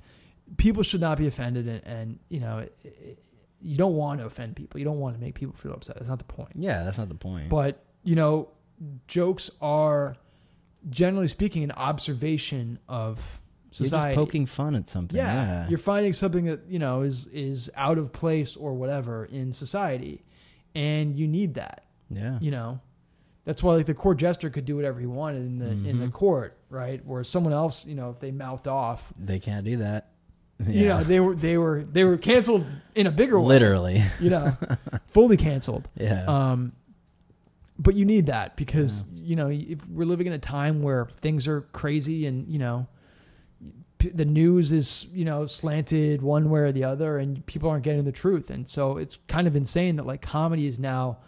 S2: people should not be offended, and, and you know, it, it, you don't want to offend people. You don't want to make people feel upset. That's not the point.
S1: Yeah, that's not the point.
S2: But you know, jokes are generally speaking an observation of
S1: you're
S2: society.
S1: just poking fun at something.
S2: yeah,
S1: Yeah.
S2: you're finding something that you know is is out of place or whatever in society, and you need that.
S1: yeah.
S2: You know, that's why like the court jester could do whatever he wanted in the in the court, right? Where someone else, you know, if they mouthed off,
S1: They can't do that.
S2: you know they were they were they were canceled in a bigger way
S1: literally.
S2: you know fully canceled
S1: Yeah.
S2: um but you need that because you know if we're living in a time where things are crazy and you know p- the news is you know slanted one way or the other and people aren't getting the truth and so it's kind of insane that like comedy is now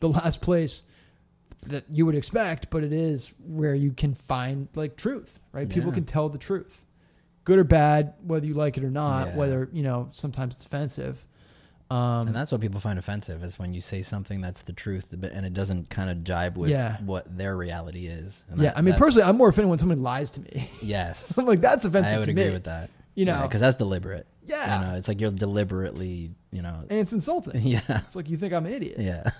S2: the last place that you would expect but it is where you can find like truth right people
S1: Yeah.
S2: can tell the truth good or bad whether you like it or not
S1: Yeah.
S2: whether you know sometimes it's offensive um
S1: and that's what people find offensive is when you say something that's the truth, but and it doesn't kind of jibe with
S2: Yeah.
S1: what their reality is. And
S2: yeah,
S1: that-
S2: I mean,
S1: that's-
S2: personally, I'm more offended when someone lies to me.
S1: yes,
S2: I'm like, that's offensive
S1: I would
S2: to
S1: agree
S2: me.
S1: with that.
S2: You know.
S1: because that's deliberate.
S2: Yeah.
S1: you know, it's like you're deliberately, you know,
S2: And it's insulting.
S1: yeah,
S2: It's like you think I'm an idiot.
S1: yeah,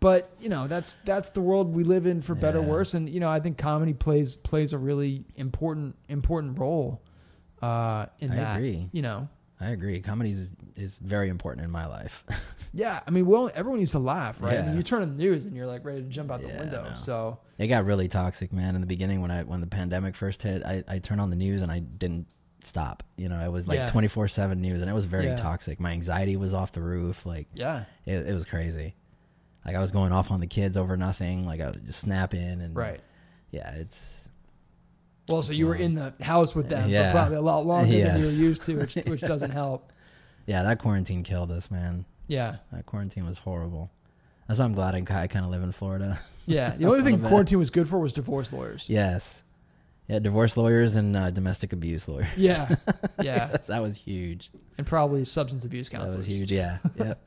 S2: But you know, that's that's the world we live in for better or
S1: Yeah.
S2: worse. And you know, I think comedy plays plays a really important important role uh, in
S1: I
S2: that.
S1: agree.
S2: You know,
S1: I agree. Comedy is, is very important in my life.
S2: yeah. I mean, well, everyone needs to laugh, right? I mean,
S1: Yeah.
S2: you turn on the news and you're like ready to jump out the
S1: Yeah, I
S2: window.
S1: know.
S2: So
S1: it got really toxic, man. In the beginning, when I when the pandemic first hit, I I turned on the news and I didn't stop. You know, it was
S2: Yeah.
S1: like twenty four seven news, and it was very
S2: Yeah.
S1: toxic. My anxiety was off the roof. Like
S2: yeah,
S1: it, it was crazy. Like I was going off on the kids over nothing. Like I would just snap in and
S2: right.
S1: Yeah, it's
S2: Well, so you were in the house with them
S1: Yeah.
S2: for probably a lot longer than you
S1: Yes.
S2: were used to, which, which doesn't help.
S1: yeah. That quarantine killed us, man.
S2: Yeah.
S1: That quarantine was horrible. That's why I'm glad I, kind of live in Florida.
S2: Yeah. The only
S1: A little
S2: thing
S1: bit.
S2: quarantine was good for was divorce lawyers.
S1: yes, yeah. Divorce lawyers and uh, domestic abuse lawyers.
S2: Yeah. Yeah.
S1: that was huge.
S2: and probably substance abuse
S1: That was
S2: counselors.
S1: huge. Yeah. Yep.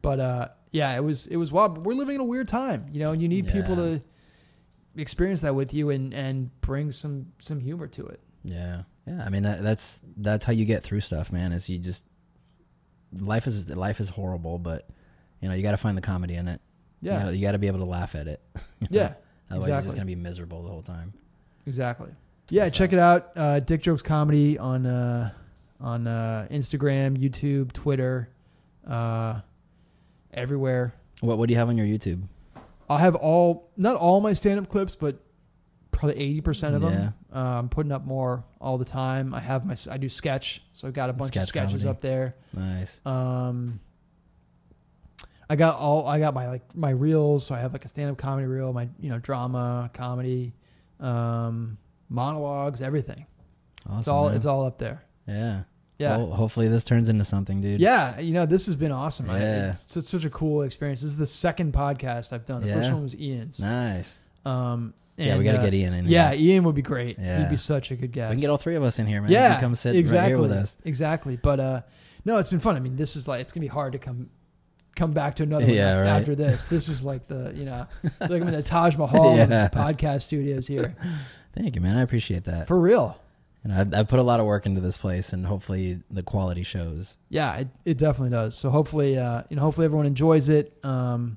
S2: But uh yeah, it was it was wild. But we're living in a weird time, you know, and you need people
S1: Yeah.
S2: to experience that with you and and bring some some humor to it.
S1: Yeah, yeah. I mean, that, that's that's how you get through stuff, man. Is you just life is life is horrible, but you know you got to find the comedy in it. You
S2: Yeah.
S1: gotta- you got to be able to laugh at it. You know?
S2: Yeah.
S1: otherwise you're
S2: exactly.
S1: just gonna be miserable the whole time.
S2: Exactly. Yeah, check it out. Uh Dick Jokes Comedy on uh on uh Instagram, YouTube, Twitter, uh everywhere.
S1: What What do you have on your YouTube?
S2: I'll have all not all my stand up clips, but probably eighty percent of them. Uh, I'm putting up more all the time. I have my s- I do sketch, so I've got a bunch of
S1: Sketch
S2: sketches
S1: comedy.
S2: up there.
S1: Nice.
S2: Um, I got all I got my like my reels, so I have like a stand up comedy reel, my you know drama comedy, um, monologues, everything.
S1: Awesome.
S2: It's all
S1: man.
S2: it's all up there.
S1: yeah.
S2: Yeah.
S1: Well, hopefully this turns into something, dude.
S2: Yeah, you know this has been awesome. I,
S1: Yeah.
S2: it's, it's such a cool experience. This is the second podcast I've done. The first
S1: Yeah.
S2: one was Ian's.
S1: Nice.
S2: Um,
S1: Yeah, we
S2: and,
S1: gotta
S2: uh,
S1: get Ian in.
S2: Yeah,
S1: here.
S2: Ian would be great. He'd
S1: Yeah.
S2: be such a good guest.
S1: We can get all three of us in here, man. You
S2: yeah,
S1: can come sit
S2: exactly,
S1: right here with us.
S2: Exactly. But uh, no, it's been fun. I mean, this is like it's gonna be hard to come come back to another one
S1: Yeah,
S2: af-
S1: right.
S2: after this. This is like the you know like I'm in the Taj Mahal of
S1: Yeah.
S2: podcast studios here
S1: Thank you, man. I appreciate that.
S2: for real.
S1: and I, I put a lot of work into this place, and hopefully the quality shows.
S2: Yeah, it, it definitely does. So hopefully, uh, you know, hopefully everyone enjoys it. Um,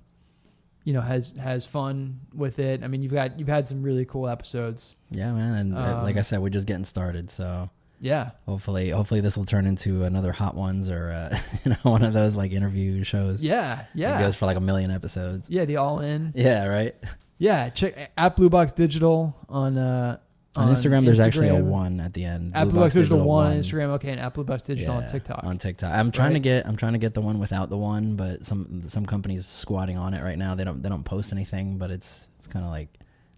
S2: you know, has has fun with it. I mean, you've got you've had some really cool episodes.
S1: Yeah, man. And uh, like
S2: Um,
S1: I said, we're just getting started, so
S2: Yeah,
S1: hopefully, hopefully this will turn into another hot ones or uh, you know one of those like interview shows.
S2: yeah,
S1: it
S2: yeah,
S1: goes for like a million episodes.
S2: yeah. The all in.
S1: Yeah, right.
S2: Yeah, check at Blue Box Digital on uh
S1: On, Instagram, there's actually a
S2: Instagram.
S1: one at the end. Blue
S2: Applebox
S1: Box
S2: Digital
S1: Digital
S2: one on Instagram. Okay, and Applebox Digital
S1: Yeah,
S2: on TikTok.
S1: On TikTok, I'm trying to
S2: Right.
S1: get I'm trying to get the one without the one, but some some companies squatting on it right now. They don't they don't post anything, but it's it's kind of like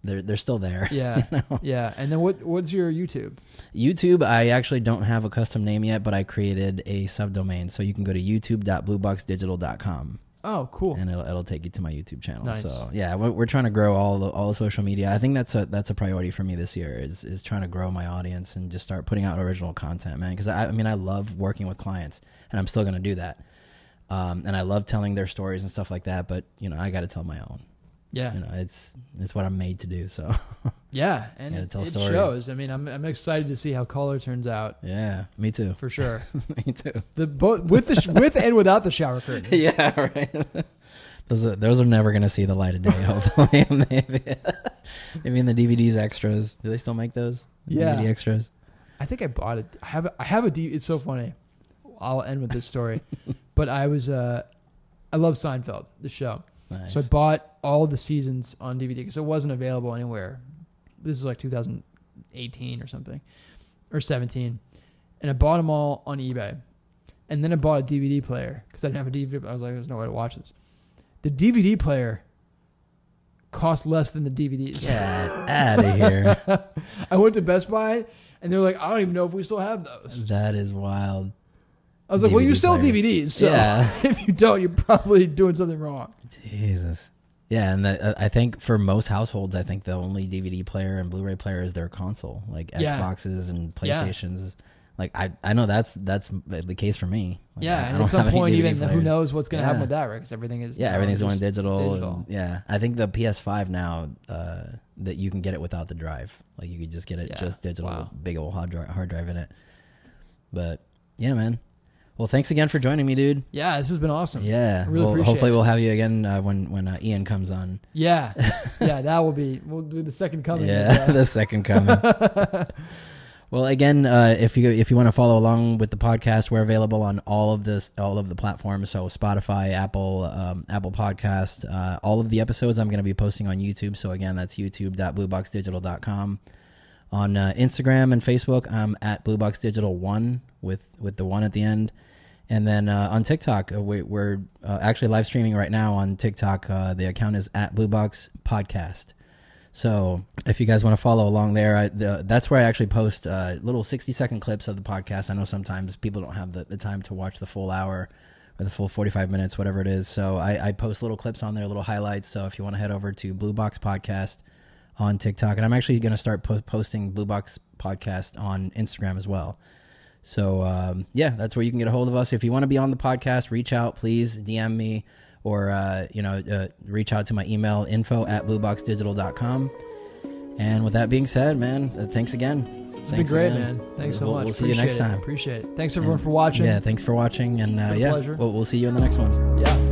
S1: they're they're still there.
S2: Yeah.
S1: you know?
S2: yeah, and then what? What's your YouTube?
S1: YouTube, I actually don't have a custom name yet, but I created a subdomain, so you can go to youtube.blueboxdigital.com
S2: Oh, cool.
S1: and it'll it'll take you to my YouTube channel.
S2: Nice.
S1: So yeah, we're, we're trying to grow all the, all the social media. I think that's a that's a priority for me this year is is trying to grow my audience and just start putting out original content, man. Because I, I mean I love working with clients, and I'm still gonna do that. Um, and I love telling their stories and stuff like that. But you know I got to tell my own.
S2: yeah,
S1: You know it's it's what I'm made to do. So
S2: yeah, and
S1: gotta
S2: it,
S1: tell
S2: it
S1: stories.
S2: shows. I mean, I'm I'm excited to see how Caller turns out
S1: yeah, me too.
S2: for sure.
S1: me too.
S2: The both with the sh- with and without the shower curtain.
S1: yeah, right. Those are, those are never gonna see the light of day. Hopefully, maybe. maybe in the DVDs extras. Do they still make those? The
S2: Yeah.
S1: DVD extras.
S2: I think I bought it. I have I have a D. It's so funny. I'll end with this story, but I was uh, I love Seinfeld the show,
S1: Nice.
S2: so I bought all the seasons on DVD because it wasn't available anywhere. This is like 2018 or something, or 17, and I bought them all on eBay, and then I bought a DVD player because I didn't have a DVD. I was like, there's no way to watch this. The DVD player cost less than the DVDs.
S1: Get out of here.
S2: I went to Best Buy and they're like, I don't even know if we still have those.
S1: That is wild.
S2: I was like, well, you
S1: DVD
S2: sell
S1: player.
S2: DVDs, so
S1: Yeah.
S2: if you don't, you're probably doing something wrong.
S1: Jesus. Yeah, and the, uh, I think for most households, I think the only DVD player and Blu-ray player is their console, like
S2: Yeah.
S1: Xboxes and
S2: Yeah.
S1: PlayStations. Like I, I know that's that's the case for me. Like, I- I
S2: yeah, and
S1: don't
S2: at some
S1: have any
S2: point,
S1: DVD
S2: even who
S1: players.
S2: knows what's going to
S1: Yeah.
S2: happen with that, right? Because everything is
S1: Yeah,
S2: now
S1: everything's going
S2: just
S1: digital. and-
S2: digital.
S1: yeah, I think the PS5 now uh, that you can get it without the drive. Like you could just get it
S2: Yeah,
S1: just digital,
S2: wow.
S1: with big old hard drive, hard drive in it. But yeah, man. Well, thanks again for joining me, dude.
S2: Yeah, this has been awesome.
S1: Yeah,
S2: I really
S1: well,
S2: appreciate
S1: hopefully
S2: it.
S1: we'll have you again uh, when when uh, Ian comes on.
S2: yeah, yeah. That will be. We'll do the second coming.
S1: yeah, the second coming. well, again, uh, if you if you want to follow along with the podcast, we're available on all of this all of the platforms. So Spotify, Apple, um, Apple Podcast, uh, all of the episodes I'm going to be posting on YouTube. So again, that's youtube.blueboxdigital.com. On uh, Instagram and Facebook, I'm at blueboxdigital one with with the one at the end. And then uh, on TikTok, uh, we, we're uh, actually live streaming right now on TikTok. Uh, the account is at Bluebox Podcast. So if you guys want to follow along there, I, the, that's where I actually post uh, little 60 second clips of the podcast. I know sometimes people don't have the, the time to watch the full hour or the full 45 minutes, whatever it is. So I, I post little clips on there, little highlights. So if you want to head over to Blue Box Podcast on TikTok, and I'm actually going to start po- posting Blue Box Podcast on Instagram as well. So um, yeah, that's where you can get a hold of us. If you want to be on the podcast, reach out, please DM me or uh, you know uh, reach out to my email info at blueboxdigital.com. And with that being said, man, uh, thanks again.
S2: It's been great, man. Thanks so
S1: We'll-
S2: much.
S1: We'll see you
S2: Appreciate
S1: next
S2: it.
S1: time.
S2: Appreciate it. Thanks everyone for watching.
S1: Yeah, thanks for watching, and uh,
S2: been a
S1: yeah,
S2: pleasure.
S1: we'll, we'll see you in the next one.
S2: yeah.